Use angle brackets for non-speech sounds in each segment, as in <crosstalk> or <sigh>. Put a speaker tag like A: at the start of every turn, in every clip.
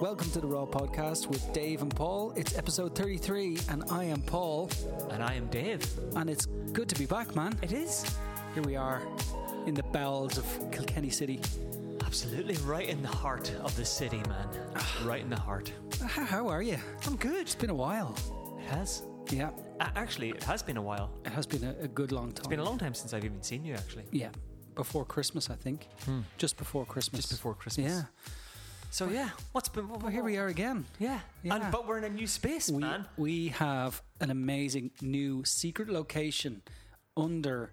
A: Welcome to the Raw Podcast with Dave and Paul. It's episode 33, and I am Paul,
B: And I am Dave.
A: and it's good to be back, man.
B: It is.
A: Here we are in the bowels of Kilkenny City.
B: Absolutely right in the heart of the city, <sighs> man. right in the heart.
A: How- How are you?
B: I'm good.
A: It's been a while.
B: It has.
A: Yeah,
B: A- Actually, it has been a while.
A: it has been a, a good long time.
B: It's been a long time since I've even seen you, actually.
A: Yeah, before Christmas, I think. Just before Christmas.
B: Hmm. Just before Christmas.
A: Yeah.
B: So, yeah, what's been. Well,
A: Well, here we are again.
B: Yeah.
A: Yeah.
B: And, but we're in a new space,
A: We,
B: man.
A: we have an amazing new secret location under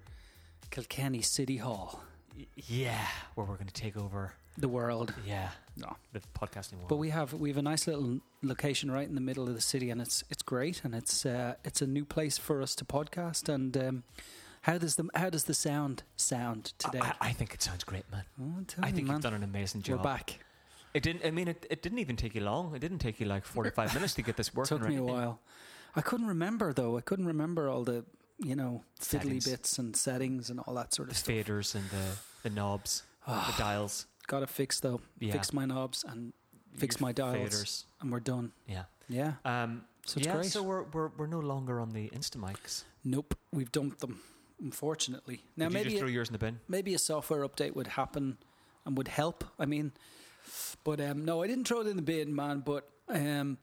A: Kilkenny City Hall,
B: Y- Yeah, where we're going to take over.
A: the world.
B: Yeah.
A: No.
B: The podcasting world.
A: But we have we have a nice little location right in the middle of the city, and it's it's great, and it's uh, it's a new place for us to podcast. And um, how does the how does the sound sound today?
B: I, I think it sounds great, man.
A: Oh, tell
B: I
A: me,
B: think
A: man.
B: you've done an amazing
A: we're
B: job.
A: back.
B: It didn't. I mean, it, it didn't even take you long. It didn't take you like <laughs> forty-five minutes to get this working.
A: Took
B: or
A: me a
B: anything.
A: while. I couldn't remember though. I couldn't remember all the you know fiddly
B: Settings.
A: bits and settings and all that sort
B: The
A: of stuff.
B: faders and the the knobs, <sighs> the dials.
A: Got to fix though.
B: Yeah.
A: Fix my knobs and fix
B: Your
A: my dials,
B: Faders.
A: and we're done.
B: Yeah.
A: Yeah.
B: Um,
A: So it's
B: yeah,
A: great.
B: so we're, we're we're no longer on the Instamics.
A: Nope. We've dumped them. Unfortunately. Now
B: Did you
A: maybe
B: just
A: it-
B: throw yours in the bin?
A: maybe a software update would happen and would help. I mean, but um, no, I didn't throw it in the bin, man. But um,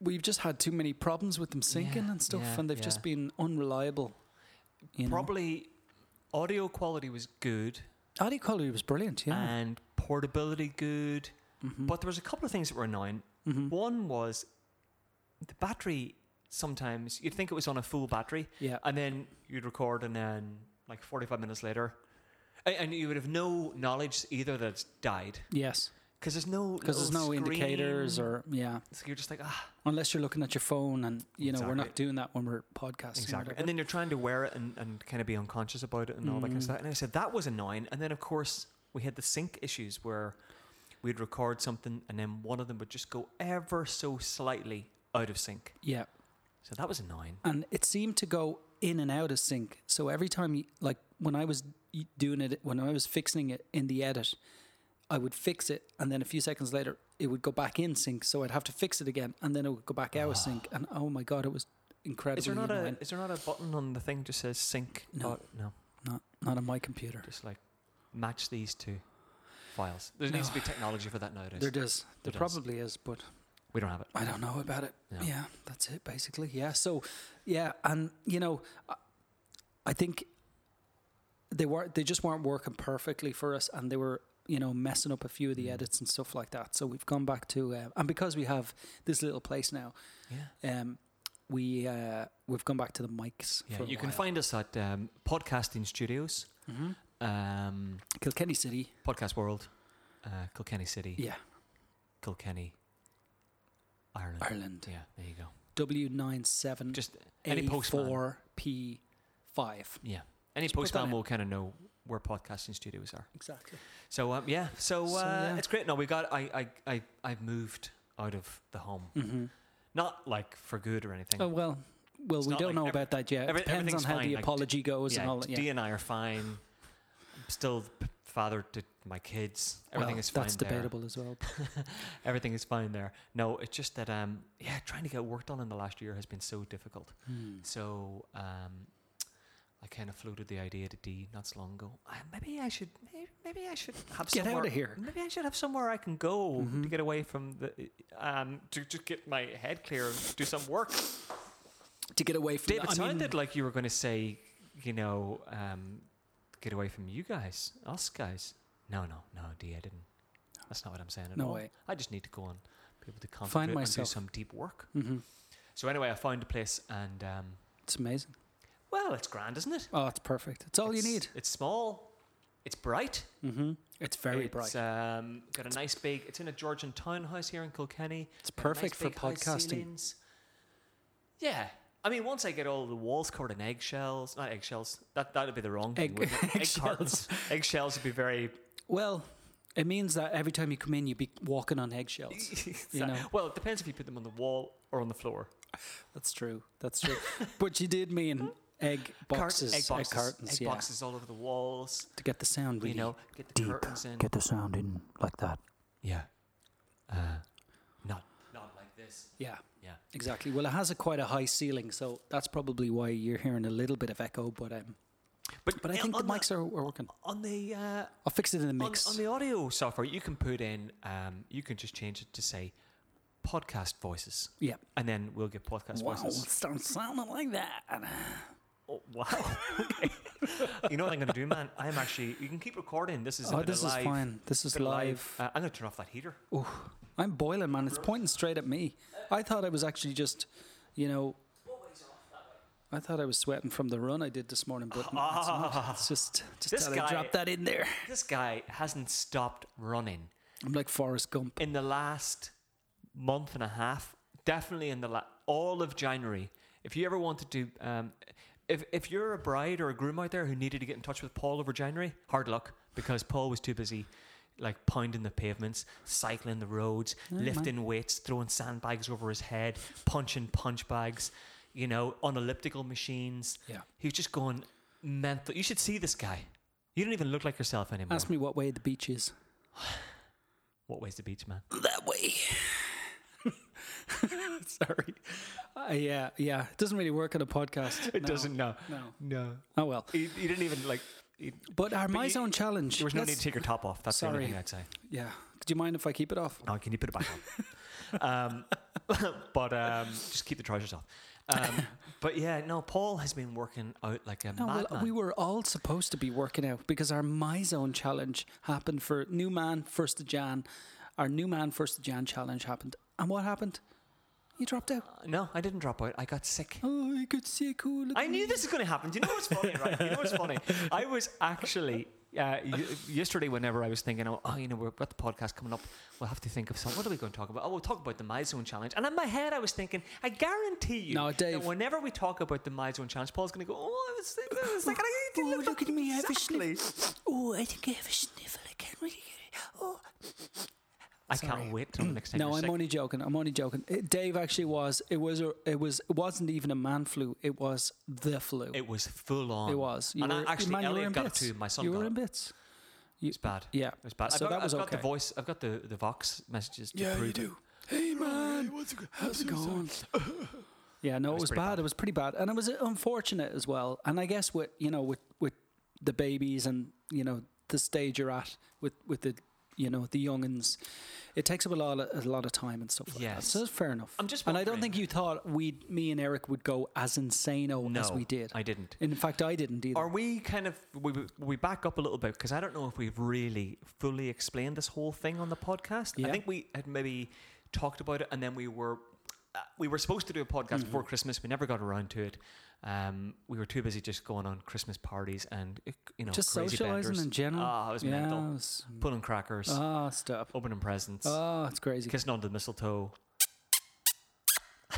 A: we've just had too many problems with them syncing
B: Yeah,
A: and stuff,
B: yeah,
A: and they've just
B: yeah.
A: been unreliable. You know?
B: Probably audio quality was good
A: audio quality was brilliant. Yeah,
B: and portability good,
A: Mhm.
B: but there was a couple of things that were annoying.
A: Mhm.
B: One was the battery. Sometimes you'd think it was on a full battery,
A: yeah,
B: and then you'd record, and then like forty-five minutes later, a- and, you would have no knowledge either that it's died
A: yes,
B: because there's no
A: because there's no
B: little
A: indicators
B: screen.
A: or yeah,
B: so you're just like ah
A: unless you're looking at your phone, and you know we're not
B: Exactly.
A: doing that when we're podcasting. or
B: Exactly.
A: whatever.
B: And then you're trying to wear it and, and kind of be unconscious about it and all that
A: Mm.
B: kind of stuff. And I said, that was annoying. And then, of course, we had the sync issues where we'd record something and then one of them would just go ever so slightly out of sync.
A: yeah,
B: So that was annoying.
A: and it seemed to go in and out of sync. So every time, you, like when I was y- doing it, when I was fixing it in the edit, I would fix it, and then a few seconds later, it would go back in sync. So I'd have to fix it again, and then it would go back out of sync. And oh my god, it was incredibly
B: Ah. Is there not a
A: annoying.
B: is there not a button on the thing that just says sync?
A: No.
B: Oh, no.
A: not not on my computer.
B: Just like match these two files. There needs to be technology for that nowadays.
A: There does. There
B: There does.
A: probably is, but
B: we don't have it.
A: I don't know about it.
B: No.
A: Yeah, that's it basically. Yeah. So, yeah, and you know, I- I think they were they just weren't working perfectly for us, and they were you know messing up a few of the
B: Mm.
A: edits and stuff like that. So we've gone back to uh, and because we have this little place now,
B: Yeah.
A: um, we uh, we've gone back to the mics.
B: Yeah.
A: for a
B: You can
A: while.
B: find us at um, Podcasting Studios,
A: Mhm.
B: um,
A: Kilkenny City.
B: Podcast World, uh, Kilkenny City.
A: Yeah,
B: Kilkenny, Ireland.
A: Ireland. uh,
B: Yeah, there you go.
A: W nine seven
B: Just any
A: A
B: postman.
A: four P five.
B: Yeah, any
A: Just put that
B: postman
A: in.
B: will kind of know where podcasting studios are.
A: Exactly.
B: So um, yeah, so, uh,
A: So, yeah.
B: it's great. No, we got I I I I've moved out of the home,
A: hmm
B: not like for good or anything.
A: Oh well, well,
B: It's
A: we
B: not
A: don't
B: like
A: know
B: every-
A: about that yet.
B: every-
A: it depends on
B: everything's
A: how
B: fine,
A: the
B: like,
A: apology goes
B: yeah,
A: and all that. Yeah.
B: Dee and I are fine. I'm still the p- father to my kids. Everything
A: Well,
B: is fine.
A: That's
B: there.
A: debatable as well.
B: Everything is fine there. No, it's just that um yeah, trying to get work done in the last year has been so difficult. So um, I kind of floated the idea to D not so long ago. I, maybe I should, maybe, maybe I should have
A: Get
B: somewhere,
A: outta here.
B: Maybe I should have somewhere I can go to
A: Mhm.
B: get away from the, um, to just get my head clear and do some
A: <laughs>
B: work.
A: To get away from
B: Dave, it
A: I mean,
B: sounded like you were going to say, you know, um, get away from you guys, us guys. No, no, no, D, I didn't. That's not what I'm saying at
A: No
B: all.
A: way.
B: I just need to go and be able to concentrate and do
A: myself.
B: some deep work.
A: mhm.
B: So anyway, I found a place and. Um,
A: It's amazing.
B: well, it's grand, isn't it?
A: Oh, it's perfect. It's all
B: It's-
A: you need.
B: It's small. It's bright.
A: hmm It's very
B: it's,
A: bright.
B: Um, got a nice big. It's in a Georgian townhouse here in Kilkenny.
A: It's
B: Got a nice
A: perfect for
B: big high
A: podcasting.
B: ceilings. Yeah, I mean, once I get all the walls covered in eggshells, not eggshells. That that would be the wrong
A: Egg-
B: thing. wouldn't
A: <laughs>
B: it?
A: eggshells.
B: Egg cartons. eggshells would be very.
A: Well, it means that every time you come in, you'd be walking on
B: <laughs>
A: eggshells. You know.
B: Well, it depends if you put them on the wall or on the floor.
A: That's true. That's true. but you did mean egg boxes,
B: <laughs> Cart- egg boxes,
A: cartons,
B: egg
A: yeah,
B: boxes all over the walls.
A: to get the sound really
B: you know, get the
A: deep.
B: curtains in.
A: the sound in like that.
B: Yeah. Uh, this.
A: Yeah,
B: Yeah.
A: exactly. Well, it has a quite a high ceiling, so that's probably why you're hearing a little bit of echo. But um, but I
B: uh,
A: think the
B: on
A: mics are, are working.
B: on the uh,
A: I'll fix it in the
B: on,
A: mix.
B: on the audio software. You can put in. Um, you can just change it to say podcast voices,
A: yeah.
B: and then we'll get podcast
A: Wow, it
B: voices.
A: starts sounding like that.
B: Oh, wow. <laughs> okay. you know what I'm going to do, man? I'm actually. You can keep recording. This is a
A: Oh,
B: bit of
A: this is
B: live-
A: fine. This is
B: bit of
A: live.
B: Uh, I'm going to turn off that heater.
A: Ooh, I'm boiling, man. It's pointing straight at me. I thought I was actually just, you know, I thought I was sweating from the run I did this morning, but no, it's, not. It's just
B: Ah. This
A: just thought I
B: guy-
A: dropped that in there.
B: This guy hasn't stopped running
A: I'm like Forrest Gump.
B: in the last month and a half. Definitely in the la- all of January. If you ever wanted to, um, if if you're a bride or a groom out there who needed to get in touch with Paul over January, hard luck because Paul was too busy. Like pounding the pavements, cycling the roads, lifting weights, throwing sandbags over his head, punching punch bags, you know, on elliptical machines.
A: Yeah.
B: He was just going mental. You should see this guy. You don't even look like yourself anymore.
A: Ask me what way the beach is.
B: what way's the beach, man?
A: That way. <laughs> Sorry. Uh, yeah, yeah. It doesn't really work on a podcast.
B: It
A: No.
B: doesn't know.
A: No.
B: No.
A: Oh well.
B: You, you didn't even like. You,
A: But our my
B: you-
A: zone challenge.
B: there was no
A: let's-
B: need to take your top off. That's the
A: Sorry.
B: only thing I'd say.
A: Yeah. Do you mind if I keep it off?
B: No, can you put it back on? um, <laughs> but um, just keep the trousers off. Um, but yeah, no. Paul has been working out like a
A: No, well,
B: madman.
A: we were all supposed to be working out because our My Zone challenge happened for New Man First of Jan. Our New Man First of Jan challenge happened, and what happened? You dropped out.
B: Uh, no, I didn't drop out. I got sick.
A: Oh, you could see cool.
B: I knew this was going to happen. Do you know what's funny, right? You know what's funny? I was actually uh, y- yesterday, whenever I was thinking, oh, you know, we've got the podcast coming up. We'll have to think of something. What are we going to talk about? Oh, we'll talk about the My Zone Challenge. And in my head, I was thinking, I guarantee you
A: No, Dave.
B: that whenever we talk about the My Zone Challenge, Paul's going to go, oh, I was thinking,
A: <laughs>
B: I was thinking, I
A: Oh, look at me, I have a
B: Exactly.
A: sniff. Oh, I think I have a sniffle. I can't really get it. Oh.
B: I can't wait till the next time.
A: No,
B: you're
A: I'm
B: sick.
A: only joking. I'm only joking. It, Dave actually was. It was. a- It was. It wasn't even a man flu. It was the flu.
B: It was full on.
A: It was. You
B: and
A: were,
B: I, actually,
A: man, you were
B: Elliot
A: in
B: got
A: bits.
B: it too. My son
A: You
B: got
A: were
B: it.
A: in bits. You,
B: It's bad.
A: Yeah.
B: It's bad.
A: So
B: I've got,
A: that was
B: I've
A: okay.
B: got the voice. I've got the, the Vox messages. To
A: Yeah, you
B: prove
A: do. Hey man, how's it going? <laughs> yeah, no, it
B: was
A: was,
B: pretty
A: bad.
B: bad.
A: It was pretty bad, and it was uh, unfortunate as well. And I guess with you know with with the babies and you know the stage you're at with with the you know the youngins, it takes up a lot of, a lot of time and stuff like that.
B: Yes.
A: So it's fair enough.
B: I'm just
A: and I don't
B: wondering-
A: think you thought we, me and Eric would go as insano
B: No,
A: as we did.
B: I didn't.
A: In fact, I didn't either.
B: Are we kind of we we back up a little bit because I don't know if we've really fully explained this whole thing on the podcast. I
A: Yeah.
B: think we had maybe talked about it, and then we were uh, we were supposed to do a
A: Mm-hmm.
B: podcast before Christmas. We never got around to it. Um, we were too busy just going on Christmas parties and uh, you know
A: Just
B: crazy
A: socializing
B: benders.
A: in general.
B: Ah, it was
A: yeah, it
B: mental.
A: was-
B: Pulling crackers,
A: Ah, stop.
B: opening presents,
A: Oh, it's crazy.
B: kissing onto the mistletoe. <laughs>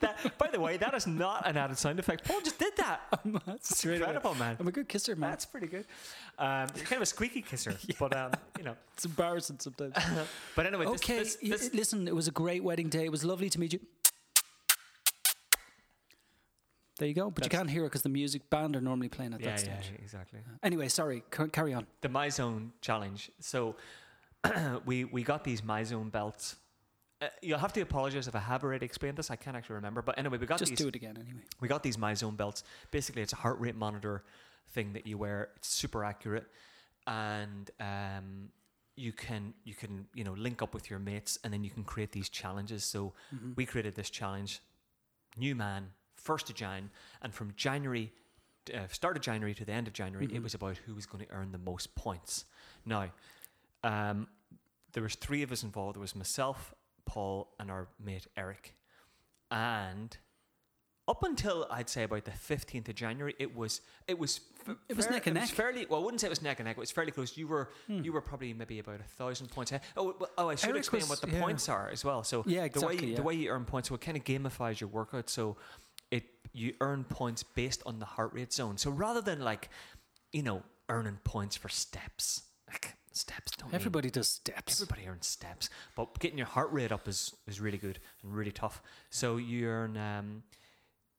B: that, by the way, that is not an added sound effect. Paul just did that.
A: <laughs> That's straight away.
B: Incredible, man.
A: I'm a good kisser, man.
B: That's pretty good. Um, you're kind of a squeaky kisser,
A: <laughs>
B: but um, you know.
A: It's embarrassing sometimes.
B: But anyway, this,
A: okay,
B: this,
A: y-
B: this,
A: listen, it was a great wedding day. It was lovely to meet you. There you go. But you
B: That's-
A: can't hear it because the music band are normally playing at
B: yeah,
A: that stage.
B: yeah, exactly.
A: Anyway, sorry. ca- Carry on.
B: The My Zone challenge. So <clears throat> we we got these My Zone belts. Uh, you'll have to apologize if I have already explained this. I can't actually remember. But anyway, we got
A: Just
B: these.
A: do it again, anyway.
B: We got these MyZone belts. Basically, it's a heart rate monitor thing that you wear. It's super accurate, and um, you can you can you know link up with your mates, and then you can create these challenges. So we created this challenge, new man, first of Jan, and from January. Uh, start of January to the end of January, it was about who was going to earn the most points. Now, um, there was three of us involved. There was myself, Paul, and our mate Eric. And up until I'd say about the fifteenth of January, it was it was f-
A: It was neck and
B: it was
A: neck. Hmm.
B: fairly well. I wouldn't say it was neck and neck. It was fairly close. You were you were probably maybe about a thousand points. ahead. Oh, well, oh, I should
A: Eric
B: explain
A: was-
B: what the
A: yeah.
B: points are as well. So
A: Yeah,
B: the way
A: exactly, yeah.
B: the way you earn points, so it kind of gamifies your workout. So it you earn points based on the heart rate zone. So rather than like you know earning points for steps, like steps don't mean
A: Everybody does steps.
B: Everybody earns steps, but getting your heart rate up is, is really good and really tough. So you earn um,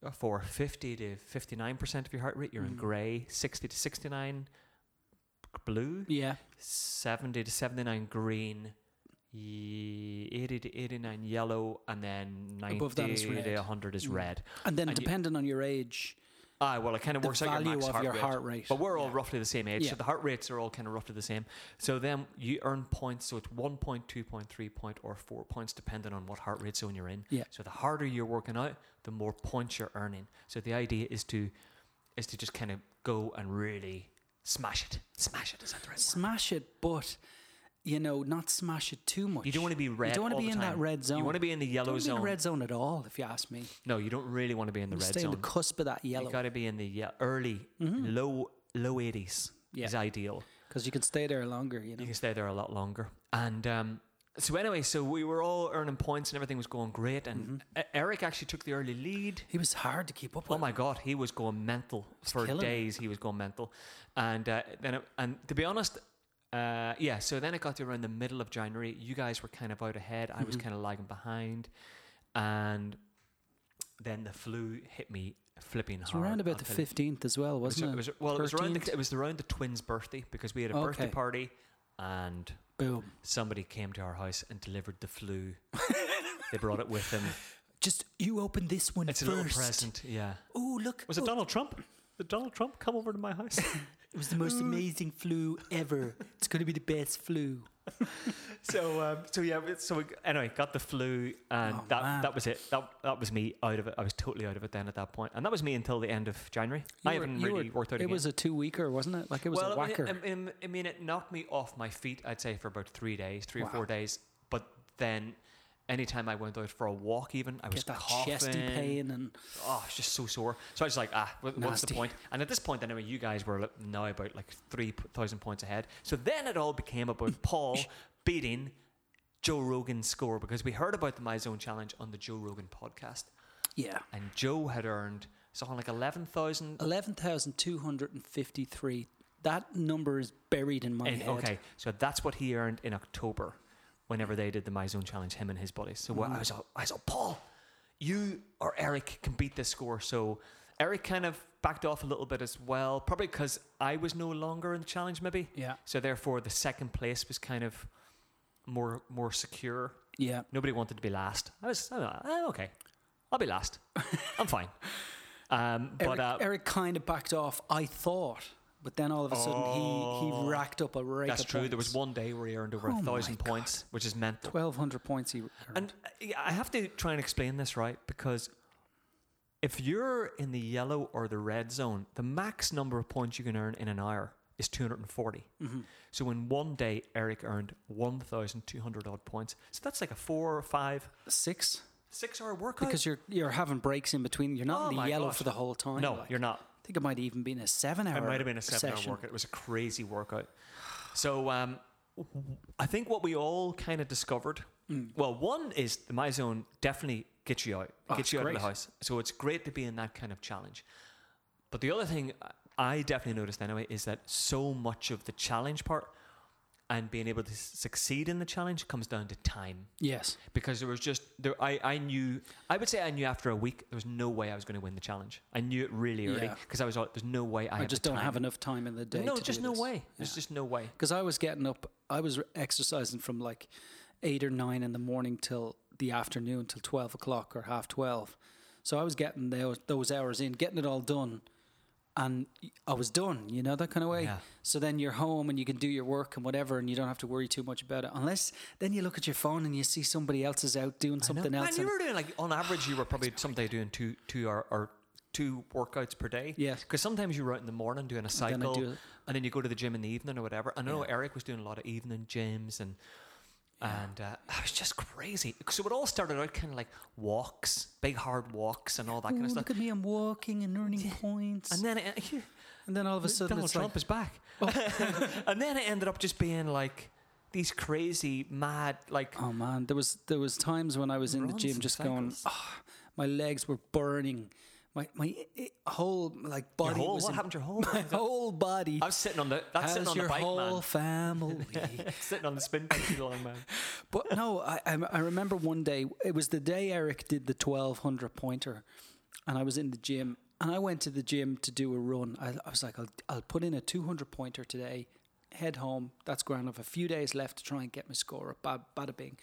B: uh, for 50 to 59% of your heart rate, you're
A: Mm.
B: in grey, 60 to 69 blue,
A: Yeah.
B: 70 to 79 green, ye- 80 to 89 yellow, and then 90
A: Above that is
B: to
A: red.
B: 100 is
A: Mm.
B: red.
A: And then,
B: And you-
A: depending on your age,
B: Ah, well, it kind of
A: the
B: works out your
A: value
B: max
A: of
B: heart
A: your
B: rate.
A: heart rate.
B: But we're all
A: Yeah.
B: roughly the same age,
A: Yeah.
B: so the heart rates are all kind of roughly the same. So then you earn points, so it's one point, two point, three point, or four points, depending on what heart rate zone you're in.
A: Yeah.
B: So the harder you're working out, the more points you're earning. So the idea is to is to just kind of go and really smash it, smash it. Is that the right word?
A: smash it, but you know, not smash it too much.
B: You don't want to be red.
A: You don't want
B: all
A: to be
B: the
A: in that
B: time.
A: red zone.
B: You want to be in the
A: Don't
B: yellow
A: wanna be in
B: zone.
A: the red zone at all, if you ask me.
B: No, you don't really want to be in the red
A: Stay
B: zone.
A: on the cusp of that
B: You
A: yellow Mm-hmm.
B: got to be in the ye- early, low, low 80s
A: Yeah.
B: is ideal.
A: because you can stay there longer. You know,
B: You can stay there a lot longer. And um, so anyway, so we were all earning points and everything was going great. And
A: Mm-hmm.
B: E- Eric actually took the early lead.
A: he was hard to keep up
B: Oh
A: with.
B: my God, he was going mental for
A: killing it.
B: days. He was going mental, and uh, then it, and to be honest, uh, yeah. So then it got to around the middle of January. You guys were kind of out ahead. I was
A: Mm-hmm.
B: kind of lagging behind, and then the flu hit me flipping
A: It's
B: hard.
A: around about
B: I'm
A: the
B: telling you.
A: fifteenth as well,
B: It was-
A: wasn't it?
B: it was- well, it was around
A: 13th?
B: the, it was around the twins' birthday because we had a birthday
A: Okay.
B: party, and
A: Boom.
B: somebody came to our house and delivered the flu. they brought it
A: <laughs>
B: with them.
A: Just you open this one
B: It's a little present. Yeah.
A: Oh look!
B: Was it
A: oh,
B: Donald Trump? Did Donald Trump come over to my house?
A: it was the
B: Mm.
A: most amazing flu ever. it's going to be the best flu.
B: <laughs> so, um, so yeah. we- So we, anyway, got the flu, and
A: Oh,
B: that
A: man.
B: that was it. That that was me out of it. I was totally out of it then at that point, and that was me until the end of January.
A: You
B: I
A: were-
B: haven't
A: you
B: really
A: were-
B: worked out.
A: It
B: again.
A: was a two weeker, wasn't it? Like it was
B: well,
A: a
B: I mean,
A: whacker.
B: I mean, I mean, it knocked me off my feet. I'd say for about three days, three
A: Wow.
B: or four days. But then, anytime I went out for a walk, even I
A: Get
B: was
A: that
B: coughing.
A: chesty pain and
B: oh, it's just so sore. So I was like, ah, what, what's the
A: Nasty.
B: point? And at this point, anyway, you guys were like, now about like 3,000 points ahead. So then it all became about Paul beating Joe Rogan's score because we heard about the My Zone Challenge on the Joe Rogan podcast.
A: yeah.
B: And Joe had earned something like 11,000.
A: 11,253. That number is buried in my
B: in-
A: head.
B: Okay, so that's what he earned in October whenever they did the My Zone Challenge, him and his buddies. So I was, all- I was all, Paul, you or Eric can beat this score. So Eric kind of backed off a little bit as well, probably because I was no longer in the challenge, maybe.
A: Yeah.
B: So therefore, the second place was kind of more more secure.
A: Yeah.
B: Nobody wanted to be last. I was, I was "Ah, okay, I'll be last.
A: <laughs>
B: I'm fine. Um,
A: Eric,
B: but uh,
A: Eric kind of backed off, I thought, but then all of a sudden he, he racked up a rake
B: Oh, that's
A: of
B: true. There was
A: points.
B: one day where he earned over
A: Oh
B: a
A: my
B: thousand
A: God.
B: points, which is mental.
A: 1,200 points he earned.
B: And uh, yeah, I have to try and explain this right because if you're in the yellow or the red zone, the max number of points you can earn in an hour is 240. So in one day, Eric earned 1,200 odd points. So that's like a four or five,
A: Six?
B: six hour workout.
A: Because you're you're having breaks in between. You're not
B: Oh
A: in the
B: my
A: yellow
B: gosh.
A: for the whole time.
B: no,
A: like.
B: you're not.
A: I think it might have even been a seven hour
B: It might have been a seven
A: session.
B: hour workout. It was a crazy workout. So um, w- I think what we all kind of discovered well, one is the My Zone definitely gets you out,
A: Mm. Oh,
B: gets
A: it's
B: you out of
A: great.
B: the house. So it's great to be in that kind of challenge. But the other thing I definitely noticed anyway is that so much of the challenge part and being able to s- succeed in the challenge comes down to time
A: Yes.
B: because there was just there I, I knew I would say I knew after a week there was no way I was going to win the challenge. I knew it really early
A: Yeah.
B: because I was all, there's no way I,
A: I,
B: have
A: just
B: the
A: don't
B: time.
A: have enough time in the day.
B: No,
A: to
B: just
A: do
B: no
A: this.
B: way. There's just no way.
A: because I was getting up, I was exercising from like eight or nine in the morning till the afternoon, till 12 o'clock or half 12. So I was getting those, those hours in, getting it all done. And I was done, you know, that kind of way.
B: Yeah.
A: So then you're home and you can do your work and whatever, and you don't have to worry too much about it. Unless then you look at your phone and you see somebody else is out doing something
B: No.
A: else.
B: And
A: and-
B: you were doing like on average you were probably someday doing two two or, or two workouts per day.
A: Yes.
B: Because sometimes you were out in the morning doing a
A: then I
B: cycle,
A: do it.
B: and then you go to the gym in the evening or whatever. I know Eric was doing a lot of evening gyms and. And uh, it was just crazy. So it all started out kind of like walks, big hard walks, and all that kind
A: "Oh,
B: of
A: look
B: stuff.
A: at me, I'm walking and earning points.
B: And
A: And,
B: then it, <laughs>
A: then all of a sudden,
B: Donald
A: it's Oh.
B: Trump is back. <laughs>
A: <laughs>
B: and then it ended up just being like these crazy, mad, like
A: Oh man, there was there was times when I was in the
B: Runs
A: gym
B: and
A: just going,
B: cycles.
A: "Ah, my legs were burning, my my i- i- whole like
B: your
A: body
B: whole.
A: Oh, was
B: What
A: in-
B: happened to your whole?
A: <laughs> my whole body.
B: I was sitting on the. That's sitting
A: How's
B: on
A: your
B: the bike,
A: whole
B: <laughs> man.
A: family?
B: <laughs> sitting on the spin bike, you long
A: <laughs>
B: man.
A: but no, I, I I remember one day it was the day Eric did the twelve hundred pointer, and I was in the gym and I went to the gym to do a run. I, I was like, I'll I'll put in a two hundred pointer today. head home. That's grand. I've a few days left to try and get my score up. Bad, bada bing.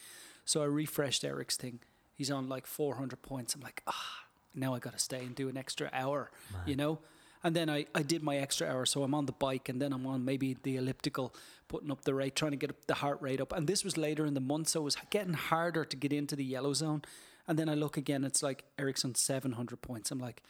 A: So I refreshed Eric's thing. He's on like 400 points. I'm like, ah, now I got to stay and do an extra hour, you know? And then I, I did my extra hour. So I'm on the bike and then I'm on maybe the elliptical, putting up the rate, trying to get up the heart rate up. And this was later in the month. So it was getting harder to get into the yellow zone. And then I look again, it's like Eric's on 700 points. I'm like,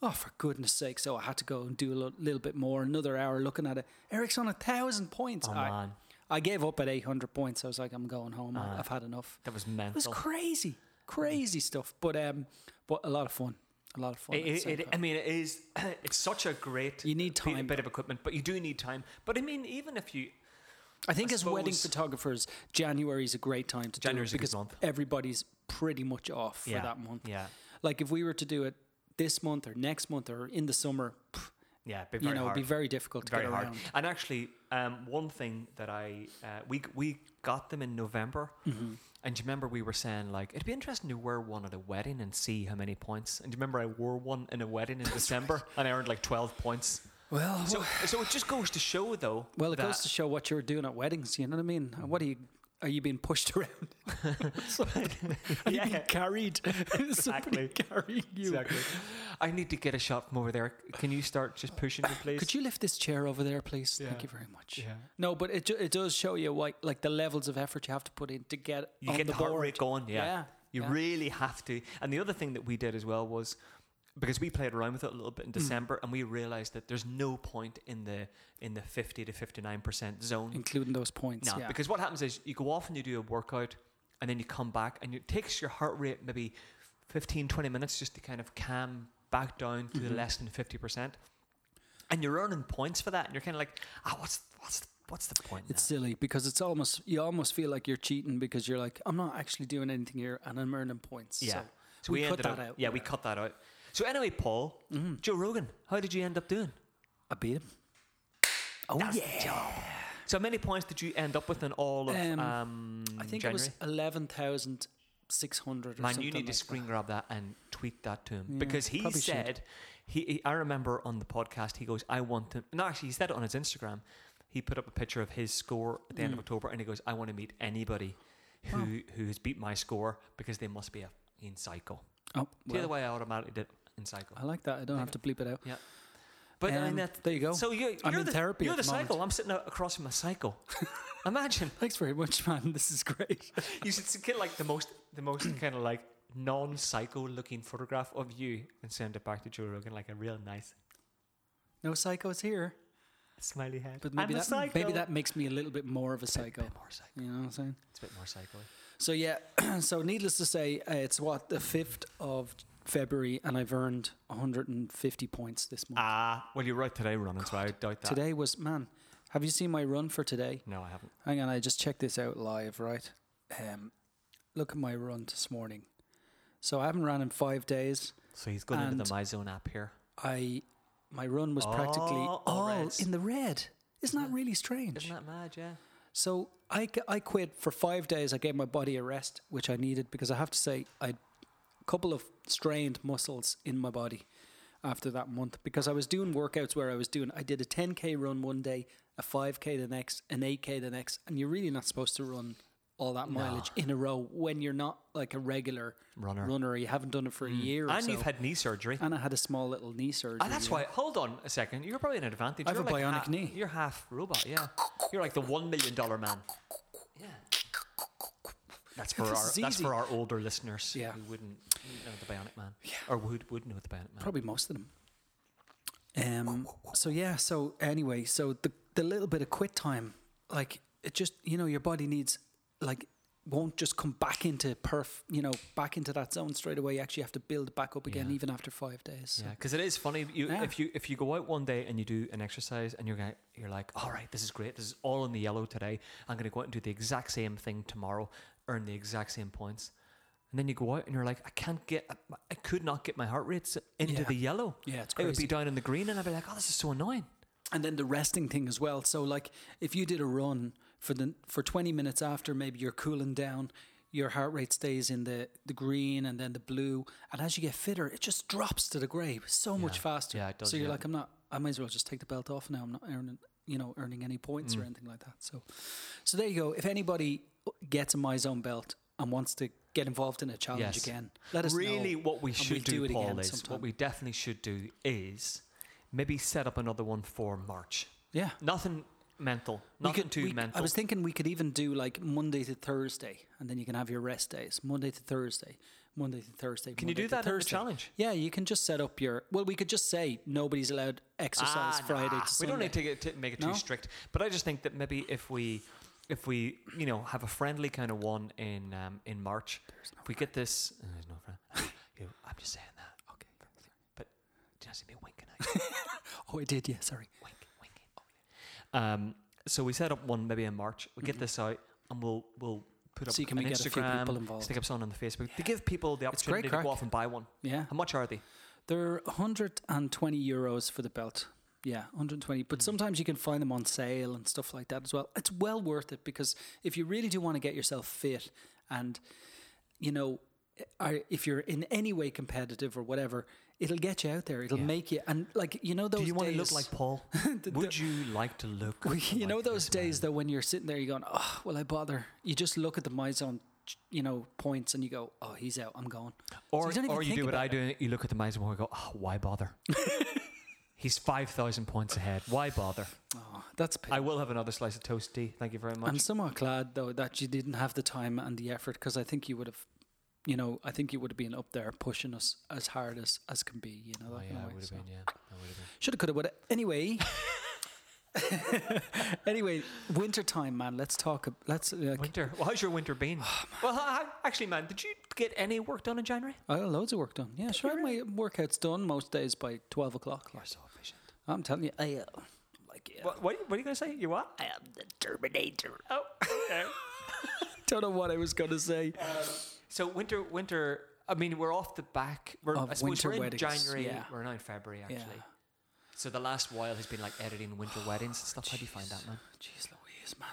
A: Oh, for goodness sake. So I had to go and do a lo- little bit more, another hour looking at it. Eric's on a thousand points.
B: Oh,
A: I,
B: man.
A: I gave up at 800 points. I was like, I'm going home.
B: Uh-huh.
A: I- I've had enough.
B: That was
A: It was
B: mental.
A: crazy, crazy stuff. But um, but a lot of fun. A lot of fun.
B: It-
A: at the
B: it-
A: same
B: it-
A: time.
B: I mean, it is. <clears throat> It's such a great.
A: You need
B: bit-
A: time.
B: Bit of equipment, but you do need time. But I mean, even if you,
A: I think as wedding
B: suppose-
A: photographers, January is a great time to
B: January's
A: do
B: a
A: it
B: good
A: because
B: month.
A: everybody's pretty much off for
B: Yeah.
A: that month.
B: yeah,
A: Like if we were to do it this month or next month or in the summer, pff,
B: yeah, it'd be
A: you
B: very
A: know,
B: hard.
A: it'd be very difficult to
B: very
A: get
B: hard.
A: around.
B: And actually, um, one thing that I uh, we we got them in November,
A: Mm-hmm.
B: and do you remember we were saying like it'd be interesting to wear one at a wedding and see how many points. And do you remember I wore one in a wedding in
A: <laughs>
B: December and I earned like twelve points.
A: Well,
B: So so it just goes to show though.
A: Well, it
B: that
A: goes to show what you're doing at weddings. You know what I mean? What are you? Are you being pushed
B: <laughs>
A: around? are you being carried? <laughs> Somebody
B: Exactly.
A: carrying you.
B: exactly. I need to get a shot from over there. Can you start just pushing me, please?
A: Could you lift this chair over there, please?
B: Yeah.
A: Thank you very much.
B: Yeah.
A: No, but it ju- it does show you what like the levels of effort you have to put in to get
B: you
A: on
B: get the,
A: the,
B: heart
A: board.
B: rate going. Yeah,
A: Yeah,
B: you
A: yeah.
B: really have to. And the other thing that we did as well was because we played around with it a little bit
A: Hmm.
B: in December, and we realized that there's no point in the in the 50 to 59 percent zone.
A: including those points.
B: No,
A: yeah.
B: because what happens is you go off and you do a workout, and then you come back, and it takes your heart rate maybe 15, 20 minutes just to kind of calm back down to the
A: Mm-hmm.
B: less than 50 percent, and you're earning points for that, and you're kind of like, ah, what's what's what's the point? now?"
A: it's silly because it's almost you almost feel like you're cheating because you're like I'm not actually doing anything here and I'm earning points.
B: Yeah.
A: So, we, cut
B: ended
A: that
B: up-
A: out. Mm-hmm.
B: Yeah, we cut that out. So anyway, Paul, Joe Rogan, how did you end up doing?
A: I beat him. Oh
B: That's
A: yeah.
B: the job. So how many points did you end up with in all of um,
A: Um, I think
B: January?
A: it was eleven thousand six hundred.
B: Man,
A: something
B: you need to
A: like
B: screen grab that and tweet that to him
A: Yeah,
B: because he
A: probably should.
B: said he, he. I remember on the podcast he goes, "I want to." No, actually, he said it on his Instagram. He put up a picture of his score at the
A: Mm.
B: end of October, and he goes, "I want to meet anybody who who has beat my score because they must be a in psycho."
A: that. Oh,
B: The other
A: well,
B: way, I automatically did in psycho.
A: I like that. I don't have to bleep it out.
B: But I mean,
A: Um,
B: that,
A: there you go.
B: So you,
A: I'm
B: you're
A: in
B: the,
A: therapy
B: You're
A: at
B: the
A: the moment.
B: psycho. I'm sitting a- across from a <laughs> psycho. Imagine
A: Thanks very much, man. This is great. <laughs>
B: you should get like the most, the <clears throat> most kind of like non-psycho looking photograph of you and send it back to Joe Rogan like a real nice
A: No psychos here,
B: smiley head.
A: but maybe
B: I'm a
A: that,
B: psycho.
A: maybe that makes me a little bit more of a
B: a
A: psycho.
B: bit more psycho.
A: You know what I'm saying?
B: It's a bit more psycho.
A: So yeah. <clears throat> so needless to say, uh, it's what the fifth of February, and I've earned 150 points this month.
B: Ah, well, you're right today, running. So I doubt that.
A: Today was man. Have you seen my run for today?
B: No, I haven't.
A: Hang on, I just checked this out live, right? Um, look at my run this morning. So I haven't ran in five days.
B: So he's going into
A: And-
B: the My Zone app here.
A: I my run was practically
B: Oh, all
A: all
B: reds.
A: in the red. Isn't that really strange?
B: Isn't that mad? Yeah.
A: So I, g- I quit for five days. I gave my body a rest, which I needed because I have to say I had a couple of strained muscles in my body after that month because I was doing workouts where I was doing I did a 10k run one day, a 5k the next, an 8k the next, and you're really not supposed to run all that mileage in a row when you're not like a regular
B: Runner. Mm.
A: runner. You haven't done it for a year or
B: And
A: so.
B: you've had knee surgery.
A: and I had a small little knee surgery.
B: And Ah, that's
A: yeah.
B: why. Hold on a second. You're probably an advantage.
A: I have
B: you're
A: a
B: like
A: bionic
B: half,
A: knee.
B: You're half robot. Yeah. You're like the one million dollar man. Yeah. That's for
A: This
B: our.
A: is
B: That's
A: easy.
B: for our older listeners.
A: Yeah.
B: Who wouldn't know the bionic man? Yeah. Or would would know the bionic man?
A: Probably most of them. Um. So yeah. So anyway. So the the little bit of quit time, like it just you know your body needs like won't just come back into perf you know back into that zone straight away. You actually have to build it back up again
B: Yeah.
A: even after five days. So.
B: Yeah, because it is funny. You,
A: Yeah.
B: If you if you go out one day and you do an exercise and you're going, you're like, all right, this is great. This is all in the yellow today. I'm going to go out and do the exact same thing tomorrow, earn the exact same points. And then you go out and you're like, I can't get, I could not get my heart rates into
A: Yeah.
B: the yellow.
A: Yeah, it's
B: It would be
A: crazy.
B: down in the green, and I'd be like, oh, this is so annoying.
A: and then the resting thing as well. So like if you did a run for the for 20 minutes after maybe you're cooling down, your heart rate stays in the the green and then the blue, and as you get fitter, it just drops to the grey so much faster.
B: Yeah, it does,
A: So you're
B: yeah.
A: like, I'm not. I might as well just take the belt off now. I'm not earning you know earning any points
B: Mm.
A: or anything like that. So, so there you go. If anybody gets a my zone belt and wants to get involved in a challenge
B: Yes.
A: again, let us know.
B: really, what we
A: and
B: should
A: we'll
B: do,
A: do it again
B: Paul, is
A: sometime.
B: what we definitely should do is maybe set up another one for March.
A: Yeah.
B: Nothing mental.
A: We
B: Nothing
A: could-
B: too
A: we-
B: mental.
A: I was thinking we could even do like Monday to Thursday, and then you can have your rest days. Monday to Thursday, Monday to Thursday.
B: Can you
A: Monday
B: do
A: to
B: that in the
A: Thursday.
B: challenge?
A: Yeah, you can just set up your. Well, we could just say nobody's allowed exercise
B: Ah,
A: Friday
B: nah,
A: to
B: We
A: Sunday.
B: don't need to, get, to make it
A: No?
B: too strict, but I just think that maybe if we, if we, you know, have a friendly kind of one in um, in March, if we get this. uh, There's no friend. <laughs> You- I'm just saying that. Okay. But did I see me winking? at you?
A: oh, I did. Yeah, sorry.
B: wink, wink. Oh, Um. So we set up one maybe in March. We get this out, and we'll we'll put up
A: See, Mm-hmm. can
B: an
A: we get a few
B: Instagram,
A: people involved?
B: stick up something on the Facebook to give people the
A: It's great
B: opportunity to
A: crack.
B: go off and buy one.
A: Yeah,
B: How much are they?
A: they're 120 euros for the belt. Yeah, 120.
B: Hmm.
A: But sometimes you can find them on sale and stuff like that as well. It's well worth it because if you really do want to get yourself fit and you know, eh, are, if you're in any way competitive or whatever, it'll get you out there. It'll
B: Yeah.
A: make you and like you know those.
B: Do you want to
A: <laughs>
B: look
A: days-
B: like Paul? Would you like to look?
A: <laughs> you know
B: like
A: those
B: this
A: days
B: man?
A: though when you're sitting there, you're going, "Oh, will I bother?" You just look at the my zone, you know, points, and you go, "Oh, he's out. I'm going."
B: Or,
A: you don't even
B: or you
A: think
B: do what
A: about
B: I do, and you look at the miles and go, oh, why
A: <laughs>
B: bother? He's 5,000 points ahead. Why bother?
A: Oh, that's. a pity.
B: I will have another slice of toast tea. Thank you very much.
A: I'm somewhat glad though that you didn't have the time and the effort because I think you would have, you know, I think you would have been up there pushing us as hard as as can be. You know,
B: oh,
A: that
B: yeah,
A: kind
B: I
A: of way,
B: would have
A: so.
B: been, yeah. I would have been.
A: Should have, could have, would have.
B: <laughs>
A: Anyway. <laughs> anyway, winter time, man. Let's talk. ab- Let's. Like,
B: Winter. Well, how's your
A: <sighs>
B: winter been?
A: Oh,
B: well, I, I- actually, man, did you get any work done in January?
A: I got loads of work done. Yeah, sure. My workout's done most days by twelve o'clock.
B: You're so efficient.
A: I'm telling you, I uh, like yeah.
B: What, what, what are you going to say? You what?
A: I uh, am the Terminator.
B: Oh, okay.
A: Don't know what I was gonna say.
B: so winter, winter. I mean, we're off the back. We're,
A: Of
B: I suppose
A: winter
B: we're in
A: weddings,
B: January.
A: yeah.
B: We're now in February, actually.
A: Yeah.
B: So the last while has been like editing
A: <sighs>
B: winter weddings and stuff. How do you find that, man?
A: Jeez Louise, man.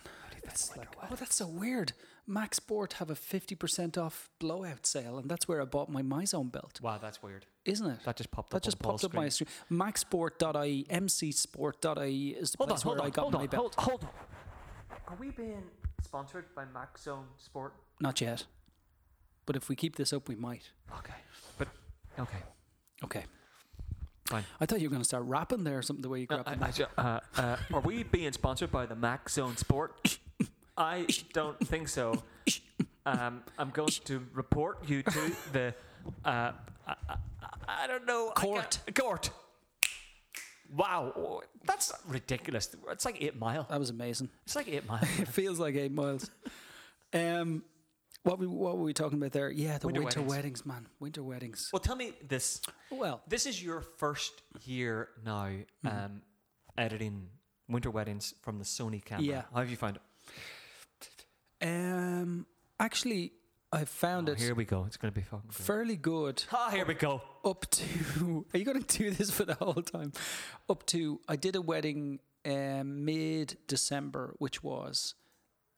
B: That's
A: It's like, oh, that's so weird. Max Sport have a 50% off blowout sale, and that's where I bought my MyZone belt,
B: Wow, that's weird.
A: isn't it?
B: That just popped
A: That
B: up.
A: just
B: on Paul's
A: popped up my screen. MaxSport.ie, MCSport.ie is the
B: Hold on,
A: place
B: hold
A: where
B: on,
A: I got
B: hold
A: my
B: on,
A: belt.
B: hold, hold on. Are we being sponsored by Maxzone Sport?
A: Not yet. But if we keep this up, we might.
B: Okay, but okay,
A: Okay.
B: fine.
A: I thought you were going to start rapping there or something the way you grabbed the mic.
B: uh, uh, are we being sponsored by the Maxzone Sport? I don't think so. Um, I'm going to report you to the. Uh, I, I, I don't know. I
A: Court.
B: can't- Court. Wow, that's ridiculous. It's like eight mile.
A: That was amazing. <laughs>
B: It's like eight mile.
A: It feels like eight miles. Um, what, we, what were we talking about there? Yeah, the
B: Winter
A: winter,
B: weddings.
A: weddings. man. Winter weddings.
B: <laughs> Well, tell me this.
A: Well,
B: This is your first year now um, editing Winter Weddings from the Sony camera.
A: Yeah.
B: How have you found it?
A: um, actually, I found
B: Oh,
A: it.
B: here we go. It's going to be fucking good.
A: fairly good
B: Ah, here we go.
A: up to <laughs> are you going to do this for the whole time up to i did a wedding um, mid december which was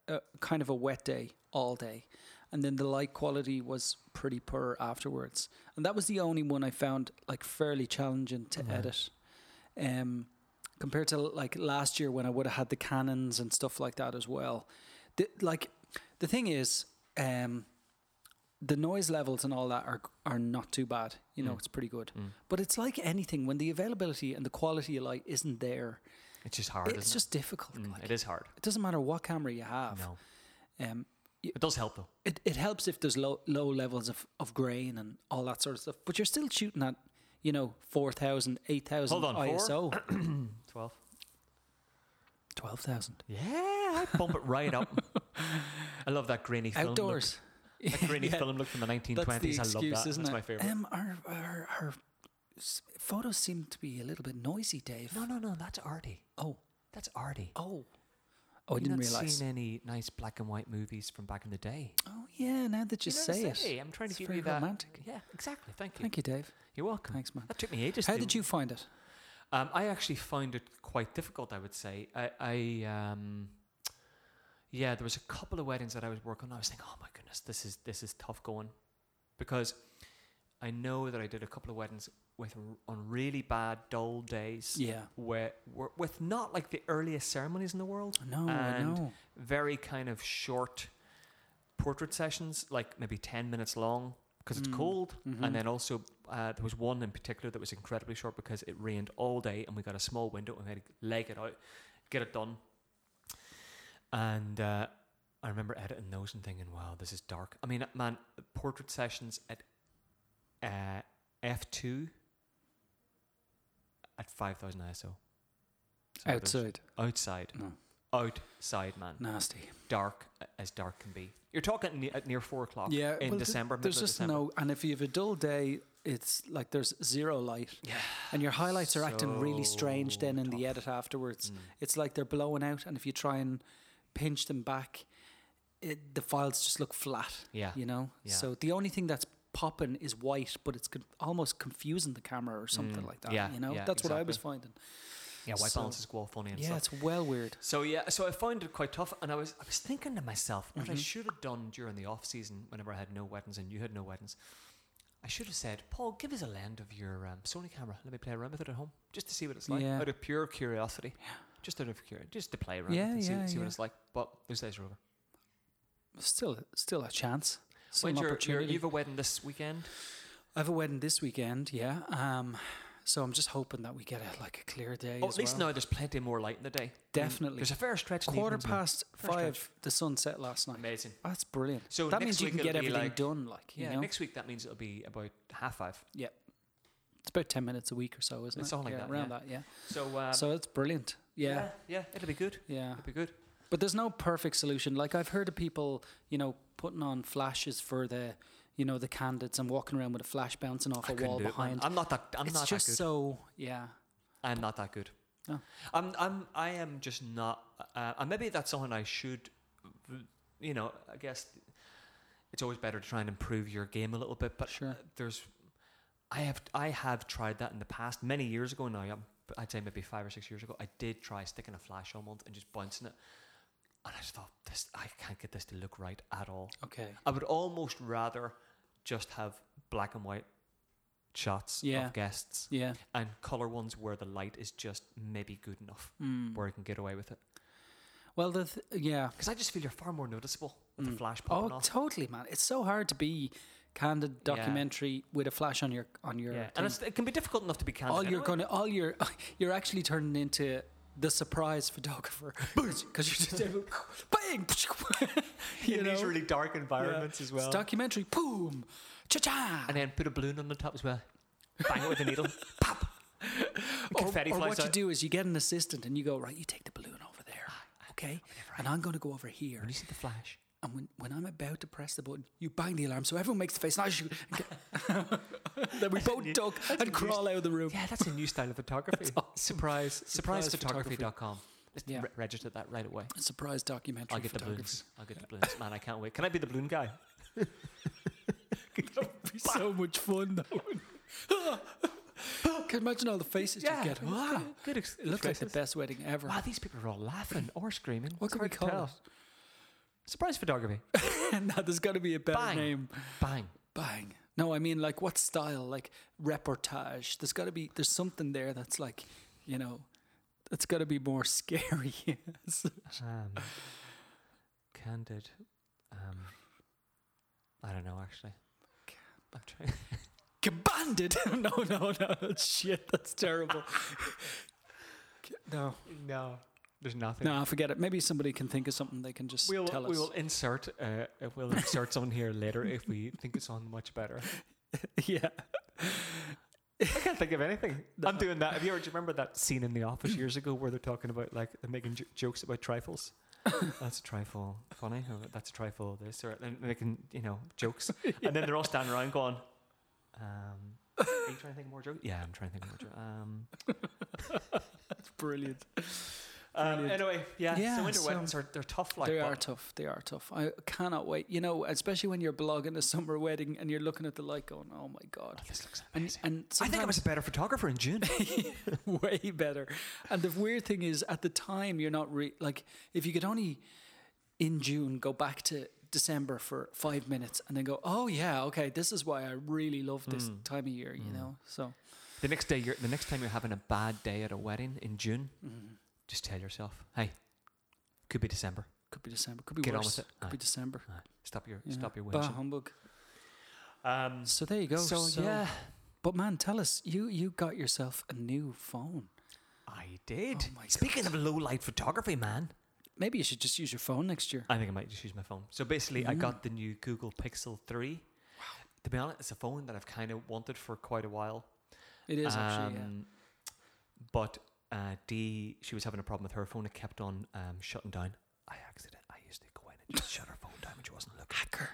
A: uh, kind of a wet day all day and then the light quality was pretty poor afterwards and that was the only one i found like fairly challenging to edit um compared to like last year when i would have had the cannons and stuff like that as well the, like the thing is um the noise levels and all that are are not too bad. You
B: Mm.
A: know, it's pretty good. But it's like anything when the availability and the quality of light isn't there,
B: It's just hard.
A: it's
B: isn't
A: just difficult.
B: it? Mm,
A: Like,
B: it is hard.
A: it doesn't matter what camera you have.
B: No,
A: Um,
B: it does help though.
A: it, it helps if there's low low levels of, of grain and all that sort of stuff. But you're still shooting at you know 4,000, 8,000
B: Hold on, four? <clears throat>
A: ISO,
B: Twelve.
A: twelve thousand
B: Yeah, I bump it
A: <laughs>
B: right up. I love that grainy film
A: outdoors.
B: look. That <laughs> grainy
A: <laughs> Yeah.
B: film look from the 1920s.
A: That's the
B: I love
A: excuse,
B: that.
A: isn't
B: That's
A: it? <laughs>
B: my favorite.
A: Um, our, our our s- photos seem to be a little bit noisy, Dave.
B: no, no, no. That's arty.
A: Oh,
B: That's arty.
A: oh, oh! I
B: You've
A: didn't
B: not
A: realize.
B: seen any nice black and white movies from back in the day.
A: Oh yeah, now that you,
B: know what I'm
A: say it,
B: saying? I'm trying to
A: It's
B: give
A: very
B: you that.
A: romantic.
B: Yeah, exactly. Thank you.
A: Thank you, Dave.
B: You're welcome.
A: Thanks, man.
B: That took me ages.
A: How
B: to-
A: did you find it?
B: Um, I actually found it quite difficult. I would say. I, I um, yeah, there was a couple of weddings that I was working on. I was thinking, oh my goodness, this is this is tough going, because I know that I did a couple of weddings with r- on really bad dull days
A: Yeah.
B: where, where with not like the earliest ceremonies in the world
A: No, I
B: And
A: know.
B: very kind of short portrait sessions like maybe 10 minutes long because it's
A: Mm.
B: cold
A: Mhm.
B: and then also uh, there was one in particular that was incredibly short because it rained all day and we got a small window and we had to leg it out get it done and uh, i remember editing those and thinking wow this is dark i mean man portrait sessions at uh, f2 at 5000 iso So there's-
A: Outside.
B: outside
A: No.
B: outside man
A: Nasty.
B: dark as dark can be. You're talking ne- at near four o'clock
A: Yeah. well,
B: in
A: th-
B: December.
A: There's
B: middle of
A: just
B: December.
A: no, and if you have a dull day, it's like there's zero light.
B: Yeah.
A: And your highlights are acting really strange then
B: So
A: in the
B: tough.
A: edit afterwards.
B: Mm.
A: It's like they're blowing out, and if you try and pinch them back, it, the files just look flat,
B: Yeah.
A: you know?
B: Yeah.
A: So the only thing that's popping is white, but it's con- almost confusing the camera or something
B: Mm,
A: like that,
B: yeah,
A: you know?
B: yeah,
A: that's what I was finding.
B: Yeah, white
A: So-
B: balance is well funny and
A: Yeah,
B: stuff.
A: it's well weird.
B: So yeah, so I found it quite tough, and I was I was thinking to myself what I
A: Mm-hmm.
B: should have done during the off season, whenever I had no weddings and you had no weddings. I should have said, Paul, give us a lend of your um, Sony camera. Let me play around with it at home, just to see what it's like,
A: Yeah.
B: out of pure curiosity, just out of curiosity, just to play around
A: Yeah,
B: with and see,
A: yeah,
B: see
A: yeah.
B: what it's like. But those days are over.
A: Still, still a chance. Still
B: When's
A: an
B: your- your-
A: opportunity.
B: you have a wedding this weekend.
A: I have a wedding this weekend, yeah. Um, so I'm just hoping that we get a, like a clear day.
B: Oh,
A: as
B: at least
A: well.
B: now there's plenty more light in the day. I mean,
A: Definitely.
B: there's a fair stretch. in the
A: quarter
B: evenings now.
A: past
B: First
A: five, the sun set last night.
B: Amazing.
A: That's brilliant.
B: So
A: that
B: next
A: means you
B: week
A: can get
B: it'll be
A: everything
B: like-
A: done. Like you
B: Yeah.
A: know,
B: Next week that means it'll be about half five.
A: it's about ten minutes a week or so, isn't
B: It's
A: it?
B: all like
A: yeah,
B: that,
A: around
B: yeah.
A: that, yeah.
B: So. Um,
A: so it's brilliant. Yeah,
B: yeah. It'll be good.
A: yeah,
B: It'll be good.
A: But there's no perfect solution. Like I've heard of people, you know, putting on flashes for the, you know, the candidates and walking around with a flash bouncing off a
B: couldn't
A: wall
B: do it, man.
A: behind.
B: I'm not that. I'm
A: it's
B: not
A: just
B: that good.
A: so Oh. yeah.
B: I'm not that good.
A: No.
B: I'm. I'm. I am just not. Uh, and maybe that's something I should. uh, You know. I guess it's always better to try and improve your game a little bit. But
A: Sure.
B: there's. I have. I have tried that in the past, many years ago now. um, I'd say maybe five or six years ago. I did try sticking a flash on once and just bouncing it, and I just thought this. I can't get this to look right at all.
A: Okay.
B: I would almost rather just have black and white shots
A: Yeah.
B: of guests
A: Yeah.
B: and color ones where the light is just maybe good enough
A: Mm.
B: where I can get away with it.
A: Well, the th- yeah.
B: Because I just feel you're far more noticeable with the
A: Mm.
B: flash
A: Oh,
B: popping off.
A: totally, man. It's so hard to be candid
B: Yeah.
A: documentary with a flash on your on your.
B: yeah,
A: thing.
B: and it's, it can be difficult enough to be candid.
A: all you're
B: anyway.
A: gonna all you're <laughs> you're actually turning into the surprise
B: <laughs>
A: photographer because you're just able, bang <laughs> you
B: <laughs> in
A: know
B: these really dark
A: Yeah.
B: environments as well.
A: it's documentary boom cha cha
B: And then put a balloon on the top as well. Bang it with a needle.
A: <laughs>
B: Pop. And
A: or,
B: confetti
A: or
B: flies
A: what
B: out.
A: you do is you get an assistant and you go right you take the balloon over there okay and I'm gonna go over here
B: When you see the flash,
A: and when, when I'm about to press the button you bang the alarm so everyone makes the face and I shoot and get- <laughs> then we
B: <laughs>
A: both duck and crawl out of the room
B: yeah, that's a
A: <laughs>
B: new style of photography. Surprise.
A: Surprise
B: Surprisephotography.com. Let's
A: Yeah.
B: re- register that right away.
A: surprise documentary
B: I'll get the
A: photography
B: balloons. I'll get the balloons. Man, I can't wait. Can I be the balloon guy?
A: It'd be <laughs> so much fun though.
B: <laughs>
A: Can you imagine all the faces
B: Yeah.
A: you get. Wow.
B: Good- Good. Ex-
A: It looked like the
B: choices.
A: best wedding ever. <laughs>
B: Wow, these people are all laughing or screaming.
A: What
B: It's
A: can we
B: hard to
A: call
B: tell. Surprise photography.
A: no, there's got to be a better
B: Bang.
A: name.
B: Bang.
A: Bang. No, I mean like what style? Like reportage. There's got to be there's something there that's like, you know, that's got to be more <laughs> scary. Yes.
B: Um, candid. Um, I don't know, actually. I'm trying. <laughs>
A: Banded. <laughs> no, no, no. that's Shit, that's terrible. no.
B: <laughs> No. There's nothing.
A: No, forget it. Maybe somebody can think of something they can just
B: We'll,
A: tell us.
B: we will insert uh, uh, we'll insert someone here later if we think it's on much better.
A: <laughs> yeah.
B: I can't think of anything. I'm
A: No.
B: doing that. Have you ever do you remember that scene in The Office years ago where they're talking about like they're making j- jokes about <laughs> trifles? that's a trifle funny. Or that's a trifle this or and making you know <laughs> jokes, and then they're all standing around going, um, "Are you trying to think of more jokes?" Yeah, I'm trying to think of more jokes. Um,
A: Brilliant.
B: um,
A: Brilliant.
B: anyway, yeah.
A: Yeah,
B: so winter
A: so-
B: weddings are they're tough. Like
A: they
B: but
A: are tough. They are tough. I cannot wait. You know, especially when you're blogging a summer wedding and you're looking at the light going, "Oh my god!"
B: this looks
A: And
B: amazing.
A: and
B: I think I was
A: sometimes
B: a better photographer in June.
A: <laughs> way better. And the weird thing is, at the time, you're not re- like if you could only in June go back to December for
B: Mm.
A: five minutes and then go, "Oh yeah, okay, this is why I really love this time of year." You know, so
B: <laughs> The next day, you're, the next time you're having a bad day at a wedding in June,
A: mm,
B: just tell yourself, "Hey, could be December.
A: Could be December. Could be
B: Get on
A: worse.
B: with it.
A: Could be December.
B: Aye. Stop your
A: Yeah.
B: stop your
A: Bah
B: whinging."
A: humbug.
B: Um,
A: So there you go.
B: so, yeah,
A: But man, tell us, you you got yourself a new phone.
B: I did.
A: Oh my
B: Speaking of low light photography, man,
A: Maybe you should just use your phone next year.
B: I think I might just use my phone. So basically, I got the new Google Pixel Three. To be honest, it's a phone that I've kind of wanted for quite a while.
A: It is actually. Yeah.
B: Um, But uh, Dee, she was having a problem with her phone. It kept on um, shutting down. I accident. I used to go in and just shut her phone down when she wasn't looking. Hacker.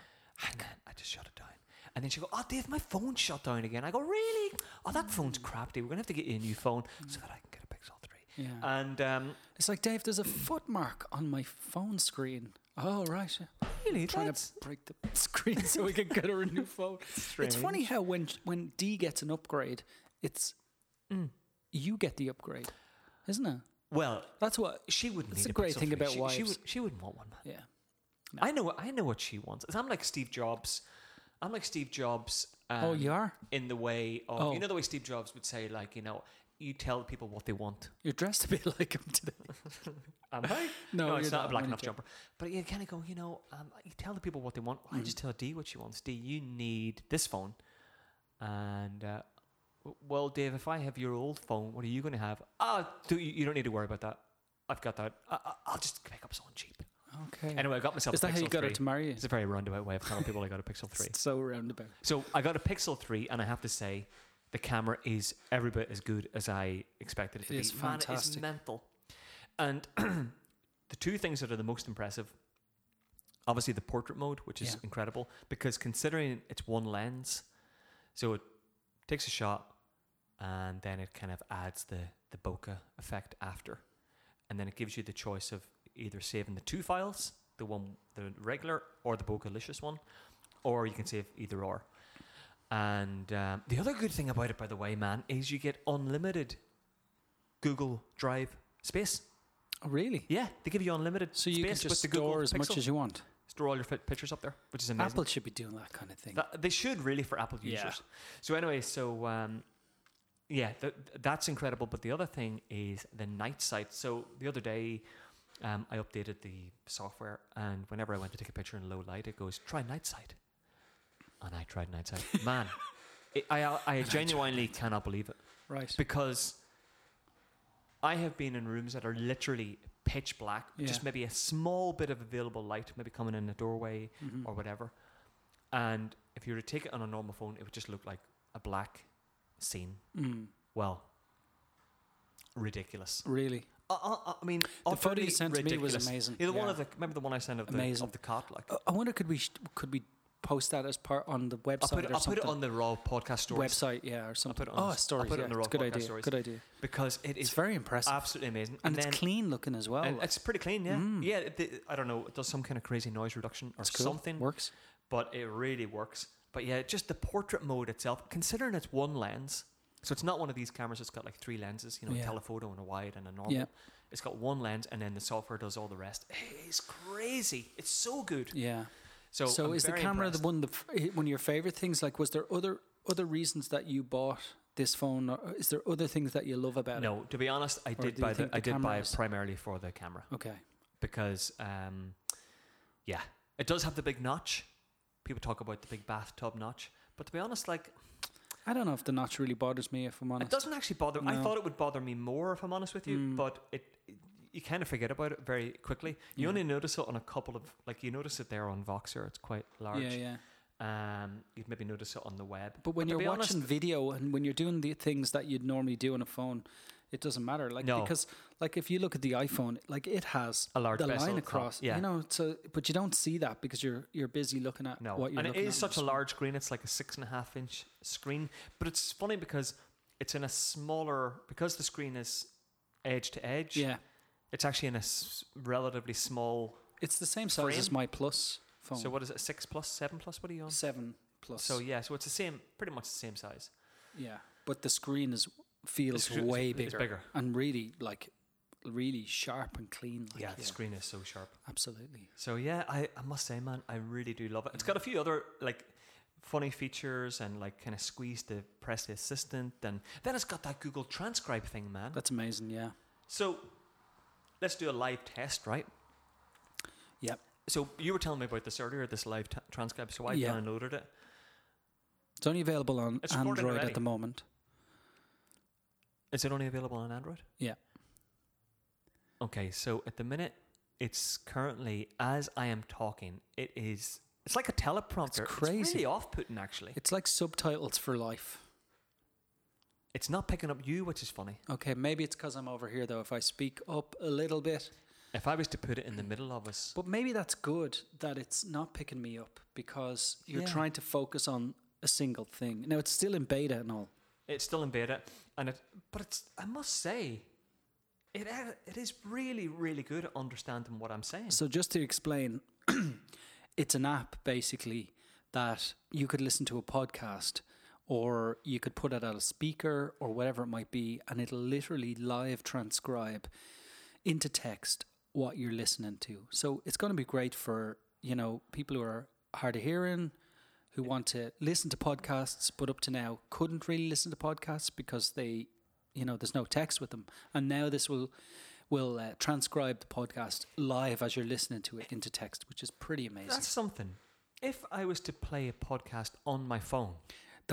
B: And then I just shut it down. And then she go, oh, Dave, my phone shut down again. I go, really? Oh, that
A: Mm.
B: phone's crap, Dave. We're going to have to get you a new phone so that I can get a Pixel 3.
A: Yeah.
B: And um,
A: it's like Dave. There's a footmark on my phone screen. Oh right. Yeah.
B: really,
A: trying
B: that's
A: to break the <laughs> screen so we can get her a new phone. It's funny how when when D gets an upgrade, it's
B: Mm.
A: you get the upgrade, isn't it?
B: Well,
A: That's what.
B: she wouldn't
A: That's
B: need
A: the great
B: Pixel
A: thing
B: 3.
A: about
B: she, She,
A: wives.
B: would, she wouldn't want one, man.
A: Yeah.
B: I know. I know what she wants. I'm like Steve Jobs. I'm like Steve Jobs. Um,
A: oh, you are.
B: in the way of
A: Oh.
B: you know the way Steve Jobs would say like you know you tell people what they want.
A: You're dressed a bit <laughs> like him today.
B: Am I?
A: <laughs> No,
B: no, it's
A: you're
B: not
A: not.
B: a black
A: I'm
B: enough
A: only joking.
B: jumper. But you kind of go, you know, um, you tell the people what they want. Well,
A: Mm.
B: I just tell Dee what she wants. Dee, you need this phone. And uh, w- well, Dave, if I have your old phone, what are you going to have? Ah, do you, you don't need to worry about that. I've got that. I, I, I'll just pick up someone cheap.
A: Okay.
B: Anyway, I got myself.
A: is
B: a
A: that how you
B: Pixel
A: got her
B: 3.
A: to marry you?
B: It's a very roundabout way of telling people I got a Pixel Three.
A: It's so roundabout.
B: So I got a Pixel 3, and I have to say, the camera is every bit as good as I expected it to
A: It
B: be.
A: is
B: Man, it is
A: fantastic.
B: mental. And the two things that are the most impressive, obviously the portrait mode, which is
A: Yeah.
B: incredible, because considering it's one lens, so it takes a shot, and then it kind of adds the the bokeh effect after, and then it gives you the choice of either saving the two files, the one the regular or the bokehlicious one, or you can save either or. And um, the other good thing about it, by the way, man, is you get unlimited Google Drive space.
A: Oh, really?
B: Yeah, they give you unlimited
A: So you
B: space
A: can just
B: with the
A: store
B: Google
A: as
B: Pixel.
A: much as you want.
B: store all your fit pictures up there, which is amazing.
A: Apple should be doing that kind of thing.
B: That, they should really for Apple users.
A: Yeah.
B: So anyway, so um, yeah, th- th- that's incredible. But the other thing is the night sight. So the other day, um, I updated the software, and whenever I went to take a picture in low light, it goes try night sight, and I tried night sight.
A: <laughs>
B: Man, it, I I- I genuinely cannot believe it
A: right.
B: because I have been in rooms that are literally pitch black, with just
A: Yeah.
B: maybe a small bit of available light, maybe coming in a doorway
A: Mhm.
B: or whatever. And if you were to take it on a normal phone, it would just look like a black scene.
A: Mm,
B: Well, ridiculous.
A: really.
B: I, I, I mean,
A: The photo
B: utterly
A: you sent to me was
B: ridiculous.
A: amazing.
B: Yeah, the one
A: Yeah.
B: of the remember the one I sent of the,
A: Amazing.
B: of the cot. Like
A: I- I wonder could we sh- could we post that as part on the website
B: I'll put it,
A: or
B: I'll put
A: something?
B: it on the raw podcast stories
A: website, yeah, or something.
B: put it on the-
A: oh,
B: I'll
A: stories.
B: put it
A: yeah,
B: on the
A: it's
B: Rock
A: good
B: Podcast
A: idea.
B: stories.
A: Good idea.
B: because it
A: It's
B: is
A: very impressive,
B: absolutely amazing.
A: and,
B: then
A: it's clean looking as well.
B: And
A: like,
B: it's pretty clean, yeah.
A: Oh, Mm.
B: Yeah, it, it- I don't know. It does some kind of crazy noise reduction or
A: it's cool.
B: something,
A: works.
B: but it really works. But yeah, just the portrait mode itself, considering it's one lens, so it's not one of these cameras that's got like three lenses, you know, a
A: Yeah.
B: telephoto and a wide and a normal.
A: Yeah.
B: It's got one lens and then the software does all the rest. It's crazy. It's so good.
A: Yeah.
B: So,
A: so
B: I'm
A: is the
B: very
A: camera
B: impressed.
A: the one of the f- eh, one of your favorite things? Like, was there other other reasons that you bought this phone? Or is there other things that you love about it?
B: No, to be honest, I
A: do
B: did
A: you
B: buy the,
A: think the
B: I did buy
A: camera
B: it
A: is-
B: primarily for the camera
A: Okay.
B: because um, yeah, it does have the big notch. People talk about the big bathtub notch, but to be honest, like
A: I don't know if the notch really bothers me. If I'm
B: It
A: honest.
B: doesn't actually bother. I
A: No.
B: thought it would bother me more if I'm honest with you,
A: Mm.
B: but it, it- you kind of forget about it very quickly. You
A: Yeah.
B: only notice it on a couple of like you notice it there on Voxer. It's quite large.
A: Yeah, yeah.
B: Um, you'd maybe notice it on the web.
A: But when
B: to
A: you're
B: be
A: watching
B: honest-
A: video and when you're doing the things that you'd normally do on a phone, it doesn't matter. Like
B: No.
A: because like if you look at the iPhone, like it has
B: A large
A: the
B: bezel
A: line
B: top,
A: across.
B: yeah.
A: You know, so but you don't see that because you're you're busy looking at
B: No,
A: what you're
B: and it
A: looking
B: is
A: at.
B: such a large screen. It's like a six and a half inch screen, but it's funny because it's in a smaller because the screen is edge to edge.
A: Yeah.
B: it's actually in a s- relatively small.
A: It's the same size as
B: Frame?
A: my plus phone.
B: So what is it? A six plus, seven plus? What are you on?
A: seven Oh. plus.
B: So yeah, so it's the same, pretty much the same size.
A: yeah. But the screen is
B: The
A: feels
B: screen is-
A: way
B: it's
A: bigger.
B: bigger.
A: And really like really sharp and clean. Like,
B: yeah, the screen is so sharp.
A: Absolutely. Mm.
B: So yeah, I, I must say, man, I really do love it. It's got a few other like funny features and like kind of squeeze the press the assistant and then it's got that Google transcribe thing, man.
A: That's amazing. Yeah.
B: So let's do a live test, right?
A: Yep.
B: So you were telling me about this earlier, this live t- transcribe. So I
A: Yeah.
B: downloaded it.
A: It's only available on
B: It's recorded
A: Android
B: already.
A: at the moment.
B: Is it only available on Android?
A: Yeah.
B: Okay, so at the minute, it's currently as I am talking. It is. It's like a teleprompter. It's
A: crazy.
B: really off-putting, actually.
A: It's like subtitles for life.
B: It's not picking up you, which is funny.
A: Okay, maybe it's because I'm over here though. If I speak up a little bit,
B: If I was to put it in the middle of us,
A: but maybe that's good that it's not picking me up because you're
B: Yeah.
A: trying to focus on a single thing. Now it's still in beta and all.
B: it's still in beta, and it. But it's. I must say, it uh, it is really really good at understanding what I'm saying.
A: So just to explain, <clears throat> it's an app basically that you could listen to a podcast or you could put it on a speaker or whatever it might be and it'll literally live transcribe into text what you're listening to. So it's going to be great for, you know, people who are hard of hearing who want to listen to podcasts but up to now couldn't really listen to podcasts because they you know there's no text with them and now this will will uh, transcribe the podcast live as you're listening to it into text which is pretty amazing
B: That's
A: that's,
B: something. If I was to play a podcast on my phone,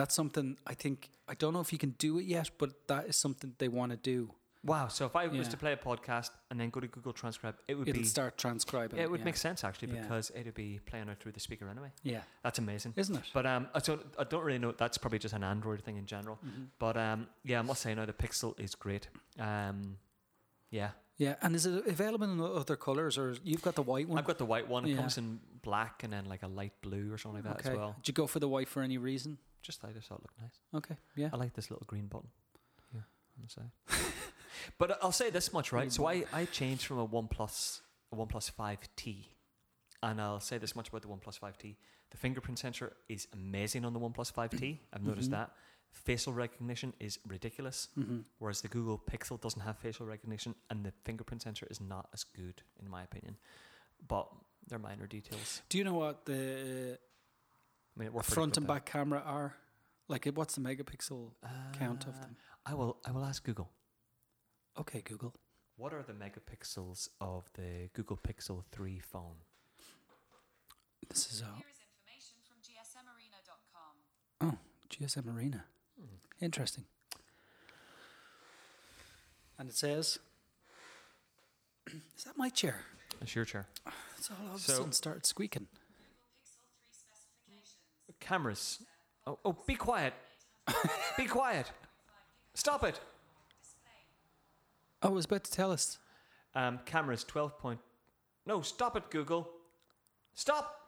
A: something i think i don't know if you can do it yet but that is something they want to do
B: wow. So if I was
A: Yeah.
B: to play a podcast and then go to Google Transcribe, it would
A: it'll
B: be
A: start transcribing
B: It would
A: yeah.
B: make sense actually
A: Yeah.
B: because it'd be playing out through the speaker anyway.
A: yeah
B: That's amazing.
A: isn't it
B: But um, I don't, I don't really know. That's probably just an Android thing in general.
A: Mhm.
B: But um, yeah, I must say now the Pixel is great. Um, yeah,
A: yeah and is it available in other colors or you've got the white one
B: I've got the white one. It
A: Yeah.
B: comes in black and then like a light blue or something like that as well.
A: did you go for the white for any reason
B: Just I just thought it looked nice.
A: okay yeah
B: I like this little green button here on the side. <laughs> but I'll say this much,
A: Green
B: right? So I, I changed from a One Plus a One Plus Five T, and I'll say this much about the One Plus Five T. The fingerprint sensor is amazing on the One Plus Five T. I've noticed
A: Mhm.
B: that. Facial recognition is ridiculous,
A: mm-hmm.
B: whereas the Google Pixel doesn't have facial recognition, and the fingerprint sensor is not as good, in my opinion. But they're minor details.
A: do you know what the
B: I mean, we're pretty
A: front
B: good
A: and
B: there.
A: back camera are? Like, it- what's the megapixel count of
B: Uh,
A: them?
B: I will. I will ask Google.
A: Okay, Google.
B: What are the megapixels of the Google Pixel 3 phone?
A: This is uh,
C: Here is information from gsmarina.com.
A: GSM Arena.
B: Hmm.
A: Interesting. And it says, <clears throat> "Is that my chair?"
B: That's your chair.
A: It's all of
B: So-
A: a sudden started squeaking.
B: Cameras. Oh, oh be quiet. be quiet. Stop it.
A: Oh, it was about to tell us.
B: Um, cameras 12 point. No, stop it, Google. Stop.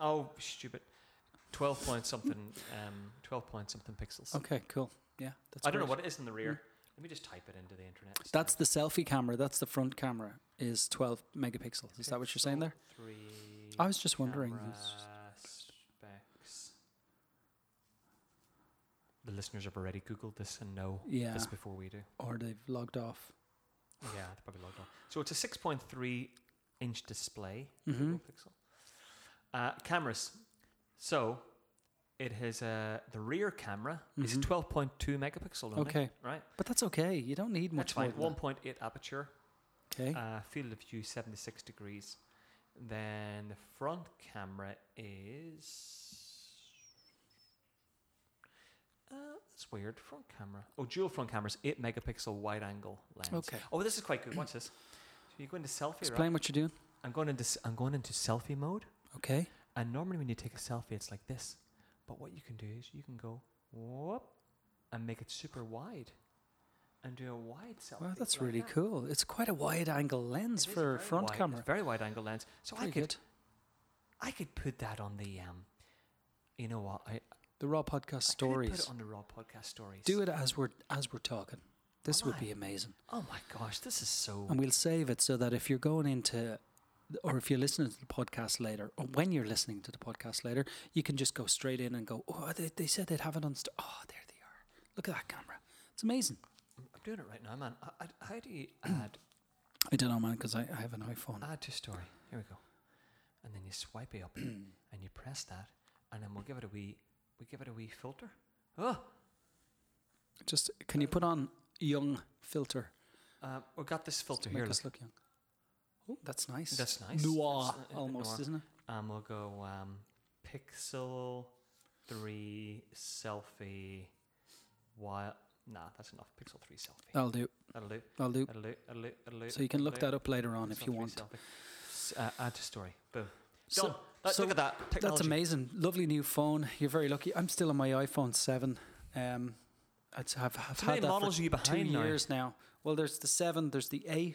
B: Oh, stupid. 12 point something. Um, 12 point something pixels.
A: Okay, cool. Yeah, that's.
B: I don't know
A: great.
B: what it is in the rear. Let me just type it into the internet.
A: That's the selfie camera. That's the front camera. Is 12 megapixels. Is that what you're saying there? Oh,
B: Three.
A: I was just wondering.
B: Camera
A: It's-
B: specs. The listeners have already googled this and know
A: Yeah.
B: this before we do. Oh,
A: Or they've logged off.
B: Yeah, they probably logged on. So it's a six point three inch display
A: Mhm.
B: Google Pixel. Uh, cameras. So it has uh, the rear camera is
A: Mhm.
B: twelve point two megapixel. Only,
A: Okay.
B: right.
A: But that's okay. You don't need
B: That's
A: much
B: fine.
A: more.
B: One
A: than
B: point eight aperture.
A: that. Okay.
B: Uh, field of view seventy six degrees. Then the front camera is. Uh, that's weird. Front camera. Oh, dual front cameras, eight megapixel wide angle lens.
A: Okay.
B: Oh, this is quite good. Watch this. So you go into selfie, right?
A: Explain what you're doing.
B: I'm going into s- I'm going into selfie mode,
A: Okay.
B: and normally when you take a selfie, it's like this. But what you can do is you can go whoop and make it super wide, and do a wide selfie.
A: Wow, that's
B: like
A: really
B: that.
A: cool. It's quite a wide angle
B: It
A: lens
B: is a
A: for a
B: very
A: front
B: wide-
A: camera.
B: very wide angle lens. So I
A: Pretty
B: could
A: good.
B: I could put that on the um. You know what? I I
A: The raw podcast
B: could
A: stories.
B: put it on the raw podcast stories.
A: Do it as we're as we're talking. This
B: Am
A: would
B: I?
A: be amazing.
B: Oh my gosh, this is so.
A: And we'll save it so that if you're going into or if you're listening to the podcast later, or when you're listening to the podcast later, you can just go straight in and go, Oh, they, they said they'd have it on. St- oh, there they are. Look at that camera. It's amazing.
B: I'm doing it right now, man. I, I, how do you
A: <clears throat>
B: add
A: I don't know, man, because I, I have an iPhone.
B: add to story?
A: <clears throat>
B: Here we go. And then you swipe it up, and you press that, and then we'll give it a wee we give it a wee filter. Oh,
A: Just can you put on young filter?
B: uh, we got this filter
A: to
B: here.
A: make
B: Look.
A: us look young. Oh, that's nice.
B: That's nice.
A: Noir,
B: That's, uh,
A: almost,
B: noir.
A: isn't it?
B: And we'll go um, pixel three selfie. While nah, that's enough. Pixel three selfie.
A: I'll do.
B: That'll do.
A: I'll do.
B: That'll do. That'll do. That'll do.
A: Oh. So you can look
B: that'll
A: that up later
B: do.
A: on if
B: Pixel
A: you
B: three
A: want.
B: selfie. S- Uh, add to story. Boom.
A: So-
B: Done. That-
A: so
B: uh, look at that.
A: That's
B: Technology.
A: amazing. Lovely new phone. You're very lucky. I'm still on my iPhone 7. Um, I'd s- have, have
B: How many
A: had that
B: models
A: for
B: are you
A: two
B: behind now?
A: years now. Well, there's the 7, there's the 8,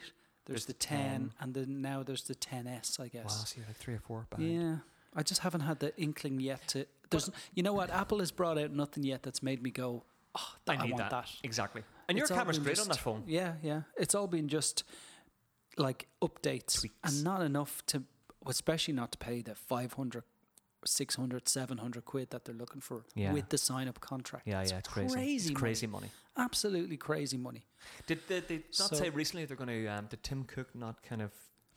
A: there's,
B: There's the
A: the 10,
B: 10.
A: and then now there's the 10S, I
B: Wow,
A: guess.
B: so you're like three or four behind.
A: Yeah, I just haven't had the inkling yet to. There's, you know what? Apple has brought out nothing yet that's made me go, oh,
B: I
A: th- I,
B: need
A: want
B: that.
A: that.
B: Exactly. And
A: It's
B: your
A: all
B: camera's
A: been
B: great on
A: just-
B: that phone.
A: Yeah, yeah. It's all been just like updates
B: Tweaks.
A: and not enough to, especially not to pay the 500, 600, 700 quid that they're looking for
B: Yeah.
A: with the sign up contract.
B: Yeah, yeah, it's crazy.
A: crazy
B: it's
A: money.
B: crazy money.
A: Absolutely crazy money.
B: Did they, they not
A: So-
B: say recently they're going to? Um, did Tim Cook not kind of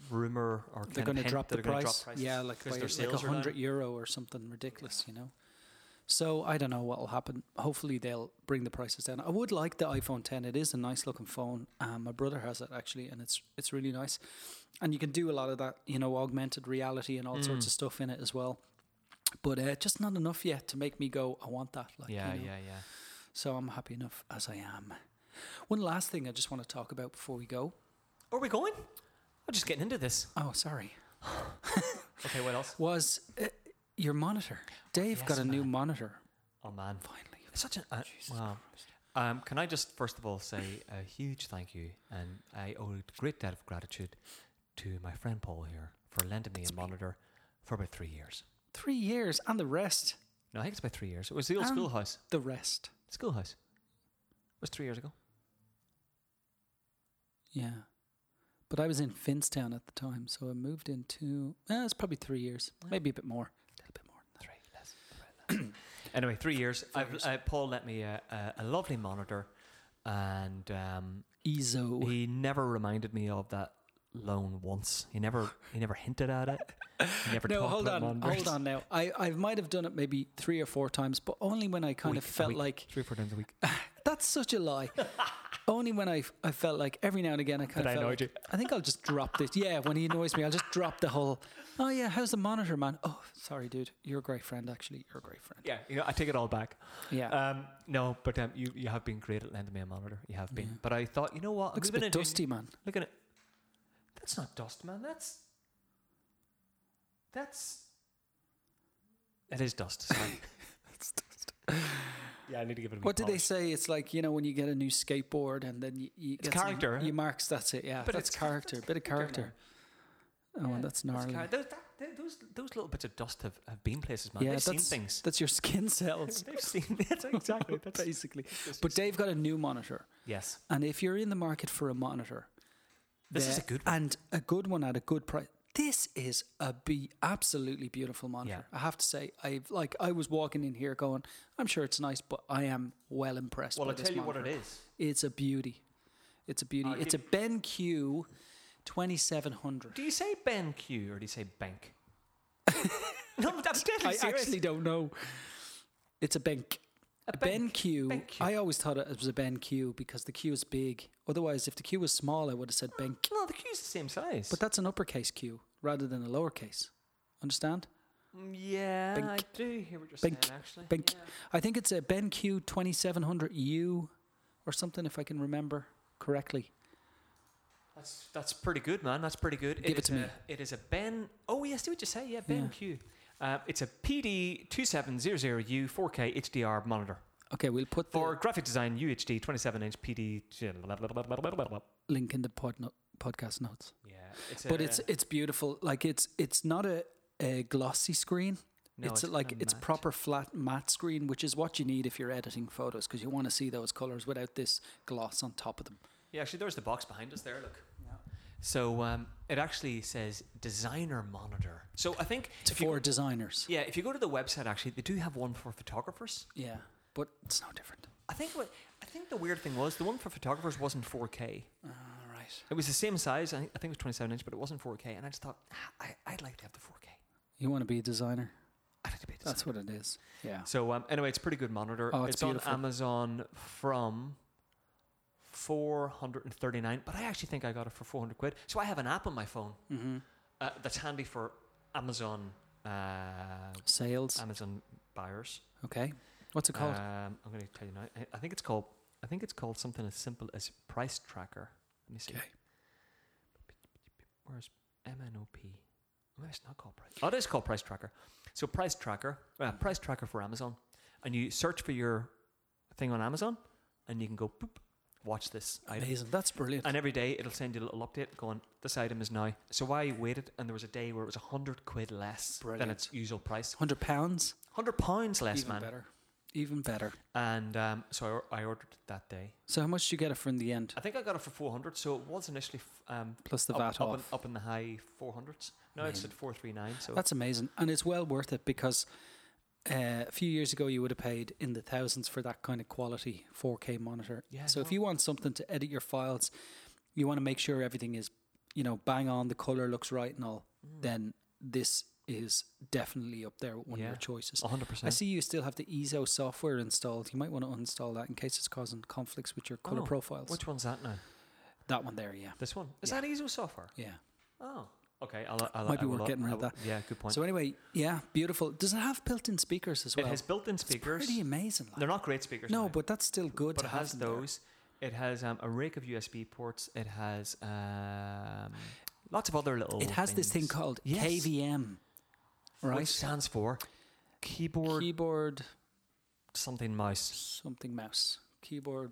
B: rumor
A: They're
B: or kind of
A: going to
B: hint
A: drop
B: that
A: the
B: they're gonna
A: price.
B: prices
A: yeah, like,
B: 'cause
A: by,
B: their
A: like
B: sales are down?
A: 100 euro or something ridiculous, you know. So I don't know what will happen. Hopefully they'll bring the prices down. I would like the iPhone 10. It is a nice looking phone. Um, my brother has it actually, and it's it's really nice. And you can do a lot of that, you know, augmented reality and all
B: Mm.
A: sorts of stuff in it as well. But uh, just not enough yet to make me go, I want that. Like,
B: Yeah,
A: you know?
B: yeah, yeah.
A: So I'm happy enough as I am. One last thing I just want to talk about before we go.
B: Are we going? I'm just getting into this.
A: Oh, sorry.
B: Okay, what else?
A: was uh, your monitor. Dave
B: yes,
A: got a new
B: man.
A: monitor
B: Oh man,
A: finally.
B: it's such an. Uh, wow. Um, can I just first of all say a huge thank you, and I owe a great debt of gratitude to my friend Paul here for lending me a monitor for about three years.
A: Three years and the rest,
B: No, I think it's about three years. It was the old
A: Um,
B: schoolhouse.
A: the rest.
B: Schoolhouse. It was three years ago.
A: Yeah. But I was in Finstown at the time, so I moved into, uh, it's probably three years, maybe a bit more. A little bit more than
B: Three less. <clears throat> anyway, three years.
A: Four
B: I've,
A: years.
B: Uh, Paul lent me a, a, a lovely monitor, and um,
A: that. Ezo.
B: he never reminded me of that loan once. He never he never hinted at it. He never
A: no,
B: talked
A: hold
B: about
A: on,
B: monitors.
A: hold on now. I, I might have done it maybe three or four times, but only when I kind of
B: Week-
A: felt
B: week-
A: like,
B: three or four times a week. <laughs>
A: that's such a lie. only when I, I felt like every now and again I kind
B: That I
A: of felt
B: annoyed
A: like, I think I'll just drop this. Yeah, when he annoys me, I'll just drop the whole. Oh yeah, how's the monitor, man? Oh, sorry, dude. You're a great friend, actually. You're a great friend. Uh,
B: Yeah, you know, I take it all back.
A: Yeah.
B: Um, no, but um, you you have been great at lending me a monitor. You have been.
A: Yeah.
B: But I thought, you know what? I'm
A: Looks a
B: moving
A: bit
B: into new-
A: dusty, man.
B: Look at it. That's not dust, man. That's that's. It is
A: <laughs>
B: dust. Sorry. yeah, I need to give it. A wee
A: What do they
B: polish.
A: say? It's like you know when you get a new skateboard and then you, you
B: It's
A: get some-
B: character, eh?
A: you marks. That's it. Yeah,
B: But
A: that's
B: it's- <laughs>
A: character.
B: that's
A: bit of
B: character,
A: character. Oh,
B: Yeah,
A: and that's gnarly.
B: car- those, that- th- those those little bits of dust have, have been places, man. They've seen
A: that's,
B: things.
A: That's your skin cells,
B: <laughs> They've seen <laughs> that's exactly. That's,
A: <laughs> basically. But Dave got a new monitor,
B: <laughs> yes,
A: and if you're in the market for a monitor,
B: this is a
A: there,
B: good. One.
A: and a good one at a good price. This is a be absolutely beautiful monitor. I have to say, I like I was walking in here going, I'm sure it's nice, but I am well impressed.
B: Well,
A: by
B: I'll
A: this
B: tell you what
A: monitor.
B: it is.
A: It's a beauty. It's a beauty.
B: I'll
A: it's a BenQ 2700.
B: Do you say BenQ or do you say
A: <laughs>
B: bank? no, I'm deadly
A: I
B: serious.
A: actually don't know. It's a Benq.
B: A
A: A BenQ.
B: BenQ.
A: I always thought it was a BenQ because the Q is big. Otherwise, if the Q was small, I would have said Benq.
B: no, the Q's the same size.
A: But that's an uppercase Q rather than a lowercase. Understand?
B: Mm, Yeah, I
A: Bink.
B: do hear what you're
A: Bink.
B: saying. Actually,
A: Benq.
B: Yeah.
A: I think it's a BenQ 2700U or something, if I can remember correctly.
B: that's that's pretty good, man. That's pretty good.
A: Give it
B: is
A: to me.
B: a- It is a Ben. Oh, yes, do what you say. Yeah, Ben Q. Uh, it's a PD two seven zero zero U four K HDR monitor
A: Okay, we'll put the
B: for graphic design UHD twenty seven inch PD. Yeah,
A: link in the pod no- podcast notes.
B: it's
A: but
B: a-
A: it's it's beautiful. Like it's it's not a, a glossy screen.
B: No,
A: it's,
B: it's
A: like
B: kinda
A: it's
B: matte.
A: proper flat matte screen, which is what you need if you're editing photos because you want to see those colors without this gloss on top of them.
B: yeah. Actually, there's the box behind us there. Look. So um, it actually says designer monitor. So I think
A: It's
B: if you
A: for
B: go-
A: designers.
B: yeah, if you go to the website, actually, they do have one for photographers.
A: Yeah, but it's no different.
B: I think what I think the weird thing was the one for photographers wasn't 4K.
A: All right.
B: It was the same size. I think, I think it was 27 inch, but it wasn't 4K. And I just thought, "Ah, I, I'd like to have the 4K.
A: You want to be a designer?
B: I don't to be. a
A: That's
B: design.
A: what it is. Yeah.
B: So um, anyway, it's a pretty good monitor.
A: Oh, it's
B: on
A: beautiful.
B: Amazon from four hundred and thirty nine, but I actually think I got it for four hundred quid. So I have an app on my phone
A: Mm-hmm.
B: uh, that's handy for Amazon uh,
A: Sales.
B: Amazon buyers.
A: okay. What's it called?
B: Um, I'm going to tell you now. I, I think it's called. I think it's called something as simple as Price Tracker. Let me see.
A: Okay.
B: Where's MNOP? No, it's not called Price. Oh, it is called Price Tracker. So Price Tracker, uh, Price Tracker for Amazon, and you search for your thing on Amazon, and you can go boop, watch this item.
A: Amazing. That's brilliant.
B: And every day it'll send you a little update going, this item is now. So I waited, and there was a day where it was 100 quid less than
A: Brilliant.
B: its usual price.
A: Hundred pounds.
B: 100 pounds less,
A: Even
B: man.
A: better. Even better.
B: And um, so I, or- I ordered it that day.
A: So how much do you get it for in the end?
B: I think I got it for 400, so it was initially f- um,
A: Plus the
B: up,
A: VAT
B: up,
A: off.
B: In, up in the high 400s. Now it's at 439, so
A: That's amazing, and it's well worth it because uh, a few years ago you would have paid in the thousands for that kind of quality 4K monitor.
B: Yeah,
A: So
B: no.
A: if you want something to edit your files, you want to make sure everything is, you know, bang on, the color looks right and all.
B: Mm.
A: Then this is definitely up there with one of
B: Yeah.
A: your choices.
B: 100%.
A: I see you still have the EZO software installed. You might want to uninstall that in case it's causing conflicts with your color
B: Oh,
A: profiles.
B: Which one's that now?
A: that one there, yeah,
B: This one? Is
A: Yeah.
B: that ESO software?
A: yeah.
B: Oh, okay. I'll, I'll,
A: Might be
B: I will
A: worth
B: up-
A: getting rid
B: I
A: of
B: will-
A: that.
B: Yeah, good point.
A: So anyway, yeah, beautiful. Does it have built-in speakers as well?
B: it has built-in
A: It's
B: speakers.
A: pretty amazing. like.
B: They're not great speakers.
A: No,
B: now,
A: but that's still good.
B: but
A: to
B: it has
A: have them there.
B: those. It has um, a rake of USB ports. It has um, lots of other little.
A: It has this thing
B: things,
A: called
B: Yes.
A: KVM,
B: Which
A: right?
B: stands for keyboard
A: Keyboard
B: something mouse.
A: something mouse. Keyboard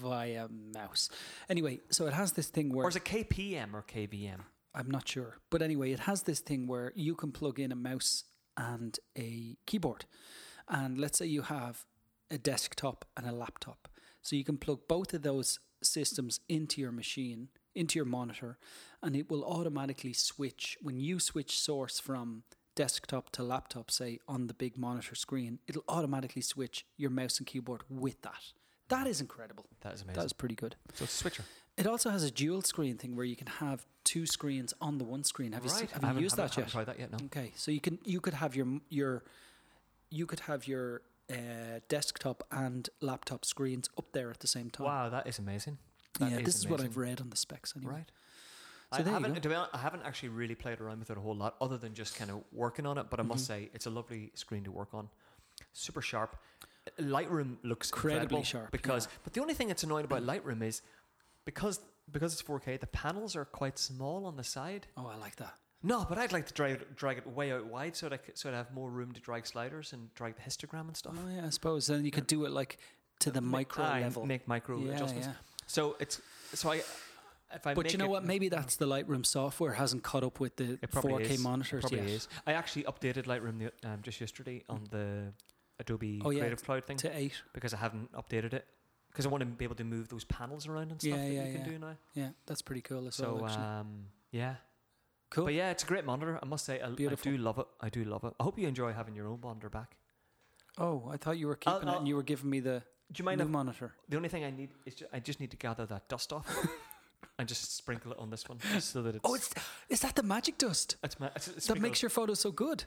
A: via mouse. Anyway, so it has this thing where
B: Or is it KPM or KVM?
A: I'm not sure, but anyway, it has this thing where you can plug in a mouse and a keyboard, and let's say you have a desktop and a laptop, so you can plug both of those systems into your machine, into your monitor, and it will automatically switch when you switch source from desktop to laptop, say on the big monitor screen, it'll automatically switch your mouse and keyboard with that. That is incredible.
B: That is amazing.
A: That is pretty good.
B: so it's a switcher.
A: It also has a dual screen thing where you can have two screens on the one screen. Have you se-
B: right.
A: have
B: I
A: you
B: haven't-
A: used
B: haven't-
A: that
B: haven't
A: yet?
B: tried that yet, no.
A: Okay, so you can you could have your your you could have your uh, desktop and laptop screens up there at the same time.
B: Wow, that is amazing. That
A: yeah, this is what
B: amazing.
A: I've read on the specs anyway.
B: Right.
A: So
B: I,
A: there you
B: haven't,
A: go.
B: to be honest, I haven't actually really played around with it a whole lot, other than just kind of working on it. But I must
A: Mm-hmm.
B: say, it's a lovely screen to work on. Super sharp. Lightroom looks
A: Incredibly
B: incredible
A: sharp,
B: because. But the only thing that's annoying about Lightroom is because because it's 4K, the panels are quite small on the side.
A: Oh, I like that.
B: No, but I'd like to drag drag it way out wide so that I c so that I have more room to drag sliders and drag the histogram and stuff.
A: Oh yeah, I suppose then you could do it like to the
B: Make-
A: micro
B: aye,
A: level.
B: Make micro
A: yeah,
B: adjustments.
A: yeah.
B: So it's so I. If I
A: But
B: make
A: you know
B: it-
A: what? Maybe that's the Lightroom software hasn't caught up with the
B: It probably
A: 4K
B: is. It
A: monitors
B: probably
A: yet
B: is. I actually updated Lightroom the, um, just yesterday on the Adobe
A: Mm. Oh, yeah,
B: Creative Cloud thing
A: to eight.
B: because I haven't updated it because I want to be able to move those panels around and stuff
A: Yeah,
B: that
A: yeah,
B: you can
A: yeah.
B: do now.
A: Yeah, that's pretty cool as
B: So
A: well. Actually.
B: um, yeah,
A: cool.
B: but yeah, it's a great monitor. I must say, I, I
A: Beautiful.
B: do love it. I do love it. I hope you enjoy having your own monitor back.
A: Oh, I thought you were
B: I'll-
A: keeping it
B: I'll-
A: and you were giving me the
B: Do you
A: new
B: mind? If,
A: monitor.
B: the only thing I need is ju- I just need to gather that dust
A: <laughs>
B: off and just sprinkle it on this one just so that it's
A: Oh, it's is that the magic dust
B: it's, ma- it's, it's
A: that
B: sprinkle-
A: makes your photos so good?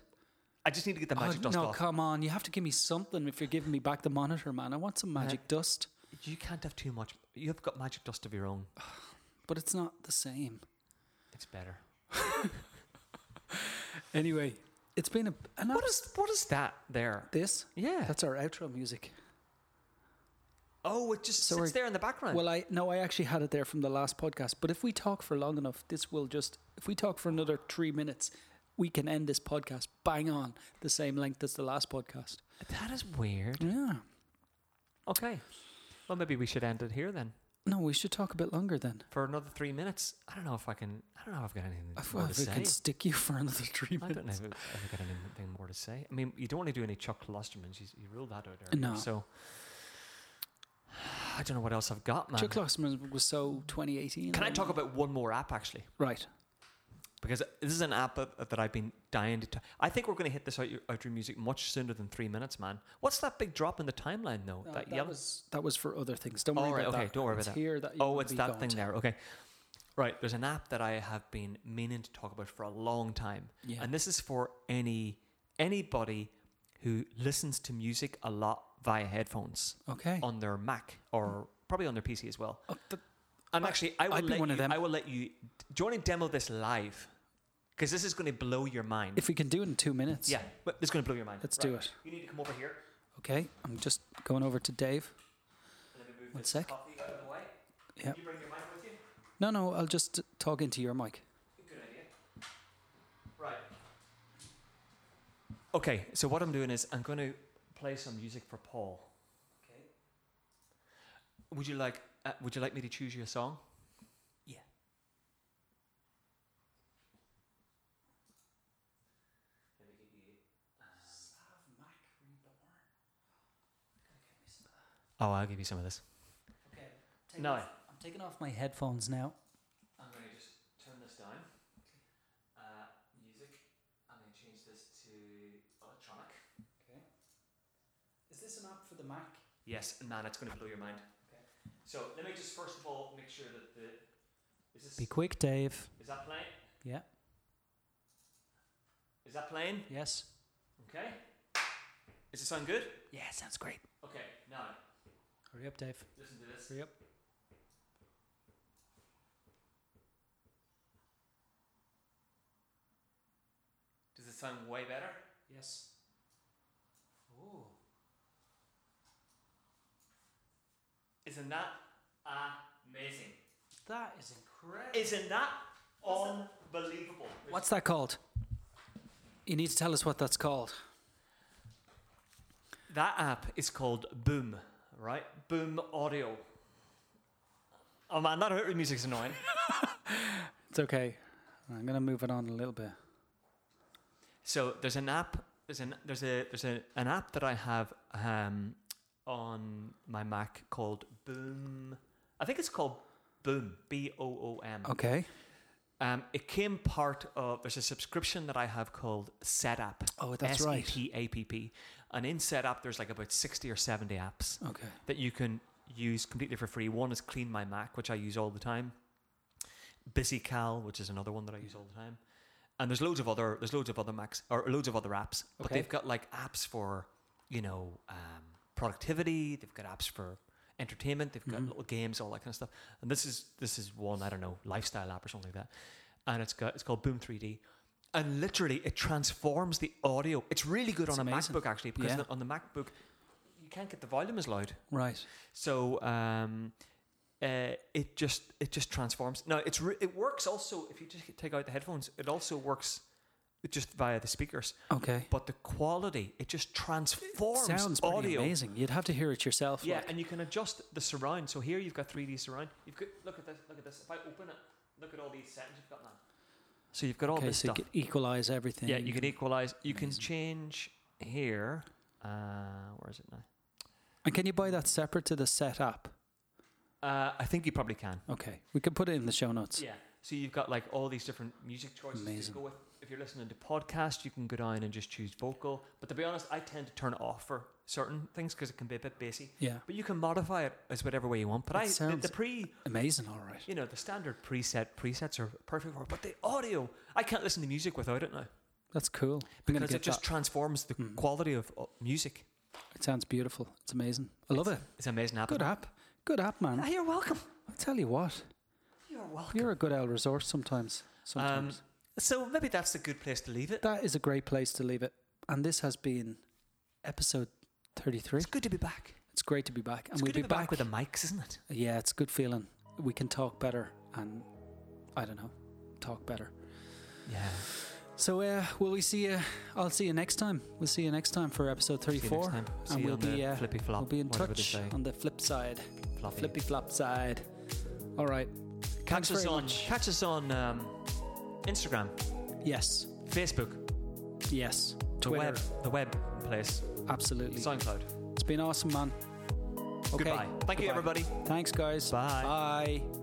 B: I just need to get the
A: Oh,
B: magic dust
A: no,
B: off.
A: come on! You have to give me something if you're giving me back the monitor, man. I want some magic dust,
B: You can't have too much. You've got magic dust of your own.
A: but it's not the same.
B: It's better.
A: Anyway, it's been a an
B: What
A: abs-
B: is what is that there?
A: this.
B: Yeah.
A: That's our outro music.
B: oh, it just
A: So
B: sits
A: we're-
B: there in the background.
A: Well, I no, I actually had it there from the last podcast. But if we talk for long enough, this will just. If we talk for another three minutes, we can end this podcast bang on the same length as the last podcast.
B: that is weird.
A: Yeah.
B: Okay. Well, maybe we should end it here then
A: No, we should talk a bit longer then.
B: for another three minutes. I don't know if I can. I don't know if I've got anything
A: If,
B: more to
A: if it
B: say.
A: can stick you for another <laughs> three
B: I
A: minutes.
B: don't know if I've I've got anything more to say. I mean, you don't want to do any Chuck Klostermans. You, you ruled that out earlier.
A: No.
B: So <sighs> I don't know what else I've got, man.
A: Chuck Klosterman was so 2018.
B: can I talk
A: about
B: about one more app actually?
A: right?
B: because this is an app that, that I've been dying to. T- I think we're going to hit this out, outro music much sooner than three minutes, man. What's that big drop in the timeline though?
A: No,
B: that,
A: that
B: yellow.
A: was that was for other things. Don't worry
B: All right,
A: about
B: okay,
A: that.
B: don't worry
A: It's
B: about that.
A: Here that you
B: oh,
A: wanna
B: it's
A: be
B: that
A: going
B: thing
A: to.
B: there. Okay, right. There's an app that I have been meaning to talk about for a long time,
A: Yeah.
B: and this is for any anybody who listens to music a lot via headphones
A: Okay.
B: on their Mac or probably on their PC as well.
A: Oh, th-
B: And
A: Hmm. I-
B: actually, I will
A: I'd be
B: let
A: one
B: you,
A: of them.
B: I will let you. Do you want to demo this live? Because this is going to blow your mind.
A: if we can do it in two minutes.
B: yeah, but it's going to blow your mind.
A: Let's
B: Right.
A: do it.
B: You need to come over here.
A: Okay. I'm just going over to Dave.
B: Let me move
A: One
B: this
A: sec.
B: coffee out of the way.
A: Yep.
B: You bring your mic with you.
A: No, no, I'll just talk into your mic.
B: Good idea. Right. Okay, so what I'm doing is I'm going to play some music for Paul.
A: Okay.
B: Would you like uh, Would you like me to choose your song?
A: Yeah.
B: Oh, I'll give you some of this.
A: Okay.
B: taking No. off-
A: I'm taking off my headphones now.
B: I'm going to just turn this down. Uh, music. I'm going to change this to electronic.
A: Okay. Is this an app for the Mac?
B: Yes, and man, it's going to blow your mind.
A: Okay.
B: So let me just first of all make sure that the is this
A: Be quick, Dave.
B: is that playing?
A: Yeah.
B: Is that playing?
A: Yes.
B: Okay. Is it sound good?
A: Yeah, sounds great.
B: Okay. Now
A: Hurry up, Dave.
B: listen to this.
A: Hurry up.
B: Does it sound way better?
A: Yes. Oh.
B: Isn't that amazing?
A: That is incredible.
B: Isn't that unbelievable?
A: What's that called? You need to tell us what that's called.
B: That app is called Boom, right? Boom Audio. Oh man, that hurt music's annoying.
A: It's okay. I'm going to move it on a little bit.
B: So there's an app. There's an there's a there's a, an app that I have um, on my Mac called Boom. I think it's called Boom. B O O M.
A: Okay.
B: Um, it came part of there's a subscription that I have called SetApp.
A: Oh, that's right.
B: E S-E-T-A-P-P. And in SetApp, there's like about sixty or seventy apps
A: Okay.
B: that you can use completely for free. One is Clean My Mac, which I use all the time. Busy Cal, which is another one that I use all the time. And there's loads of other there's loads of other Macs or loads of other apps, but
A: Okay.
B: they've got like apps for you know um, productivity. They've got apps for entertainment. They've got
A: Mm-hmm.
B: little games, all that kind of stuff. And this is this is one I don't know lifestyle app or something like that. And it's got it's called Boom 3D. And literally, it transforms the audio. It's really good
A: It's
B: on
A: amazing.
B: a MacBook actually, because
A: Yeah.
B: the- on the MacBook you can't get the volume as loud.
A: Right.
B: So um, uh, it just it just transforms. Now it's re- it works also if you just take out the headphones. It also works just via the speakers,
A: Okay.
B: but the quality it just transforms
A: Sounds pretty
B: audio.
A: amazing. You'd have to hear it yourself.
B: Yeah,
A: like.
B: and you can adjust the surround. So here you've got 3D surround. You've got look at this. Look at this. If I open it, look at all these settings you've got now. So you've got all
A: okay,
B: this
A: so
B: stuff.
A: you could equalize everything.
B: Yeah, you can equalize. You can
A: Amazing.
B: change here. Uh, where is it now?
A: And can you buy that separate to the set app?
B: Uh, I think you probably can.
A: Okay. We can put it in the show notes.
B: Yeah. So you've got like all these different music choices
A: Amazing.
B: to go with. If you're listening to podcast, you can go down and just choose vocal. But to be honest, I tend to turn it off for certain things because it can be a bit bassy.
A: Yeah.
B: But you can modify it as whatever way you want. But
A: It
B: I the,
A: sounds-
B: the pre
A: Amazing. All right.
B: you know the standard preset presets are perfect for it. But the audio, I can't listen to music without it now
A: That's cool. I'm going to
B: because it
A: get
B: just
A: that. Mm.
B: transforms the quality of uh, music.
A: It sounds beautiful. It's amazing. I love it.
B: It's an amazing app.
A: Good app. Good app, man.
B: Ah, you're welcome.
A: I tell you what,
B: You're welcome.
A: you're a good L resource
B: Um,
A: sometimes. Sometimes.
B: so maybe that's a good place to leave it.
A: that is a great place to leave it. And this has been episode 33.
B: It's good to be back.
A: It's great to be back. And
B: It's
A: we'll
B: good
A: be,
B: to be back with the mics, isn't it?
A: Yeah, it's a good feeling. We can talk better and, I don't know, talk better.
B: Yeah.
A: So, uh, will we see you? I'll see you next time. We'll see you next time for episode
B: See you next
A: 34.
B: time. See
A: and
B: you
A: we'll
B: on the
A: be, uh,
B: flippy flop.
A: We'll be in
B: whatever they
A: touch
B: say.
A: on the flip side,
B: Floppy.
A: flippy flop side. All right. Thanks
B: Catch us
A: very
B: on.
A: much.
B: Catch us on um, Instagram,
A: Yes.
B: Facebook,
A: Yes.
B: the
A: Twitter.
B: web, the web place,
A: Absolutely.
B: SoundCloud.
A: It's been awesome, man. Okay.
B: Goodbye. Thank
A: Goodbye.
B: you, everybody.
A: Thanks, guys.
B: Bye.
A: Bye.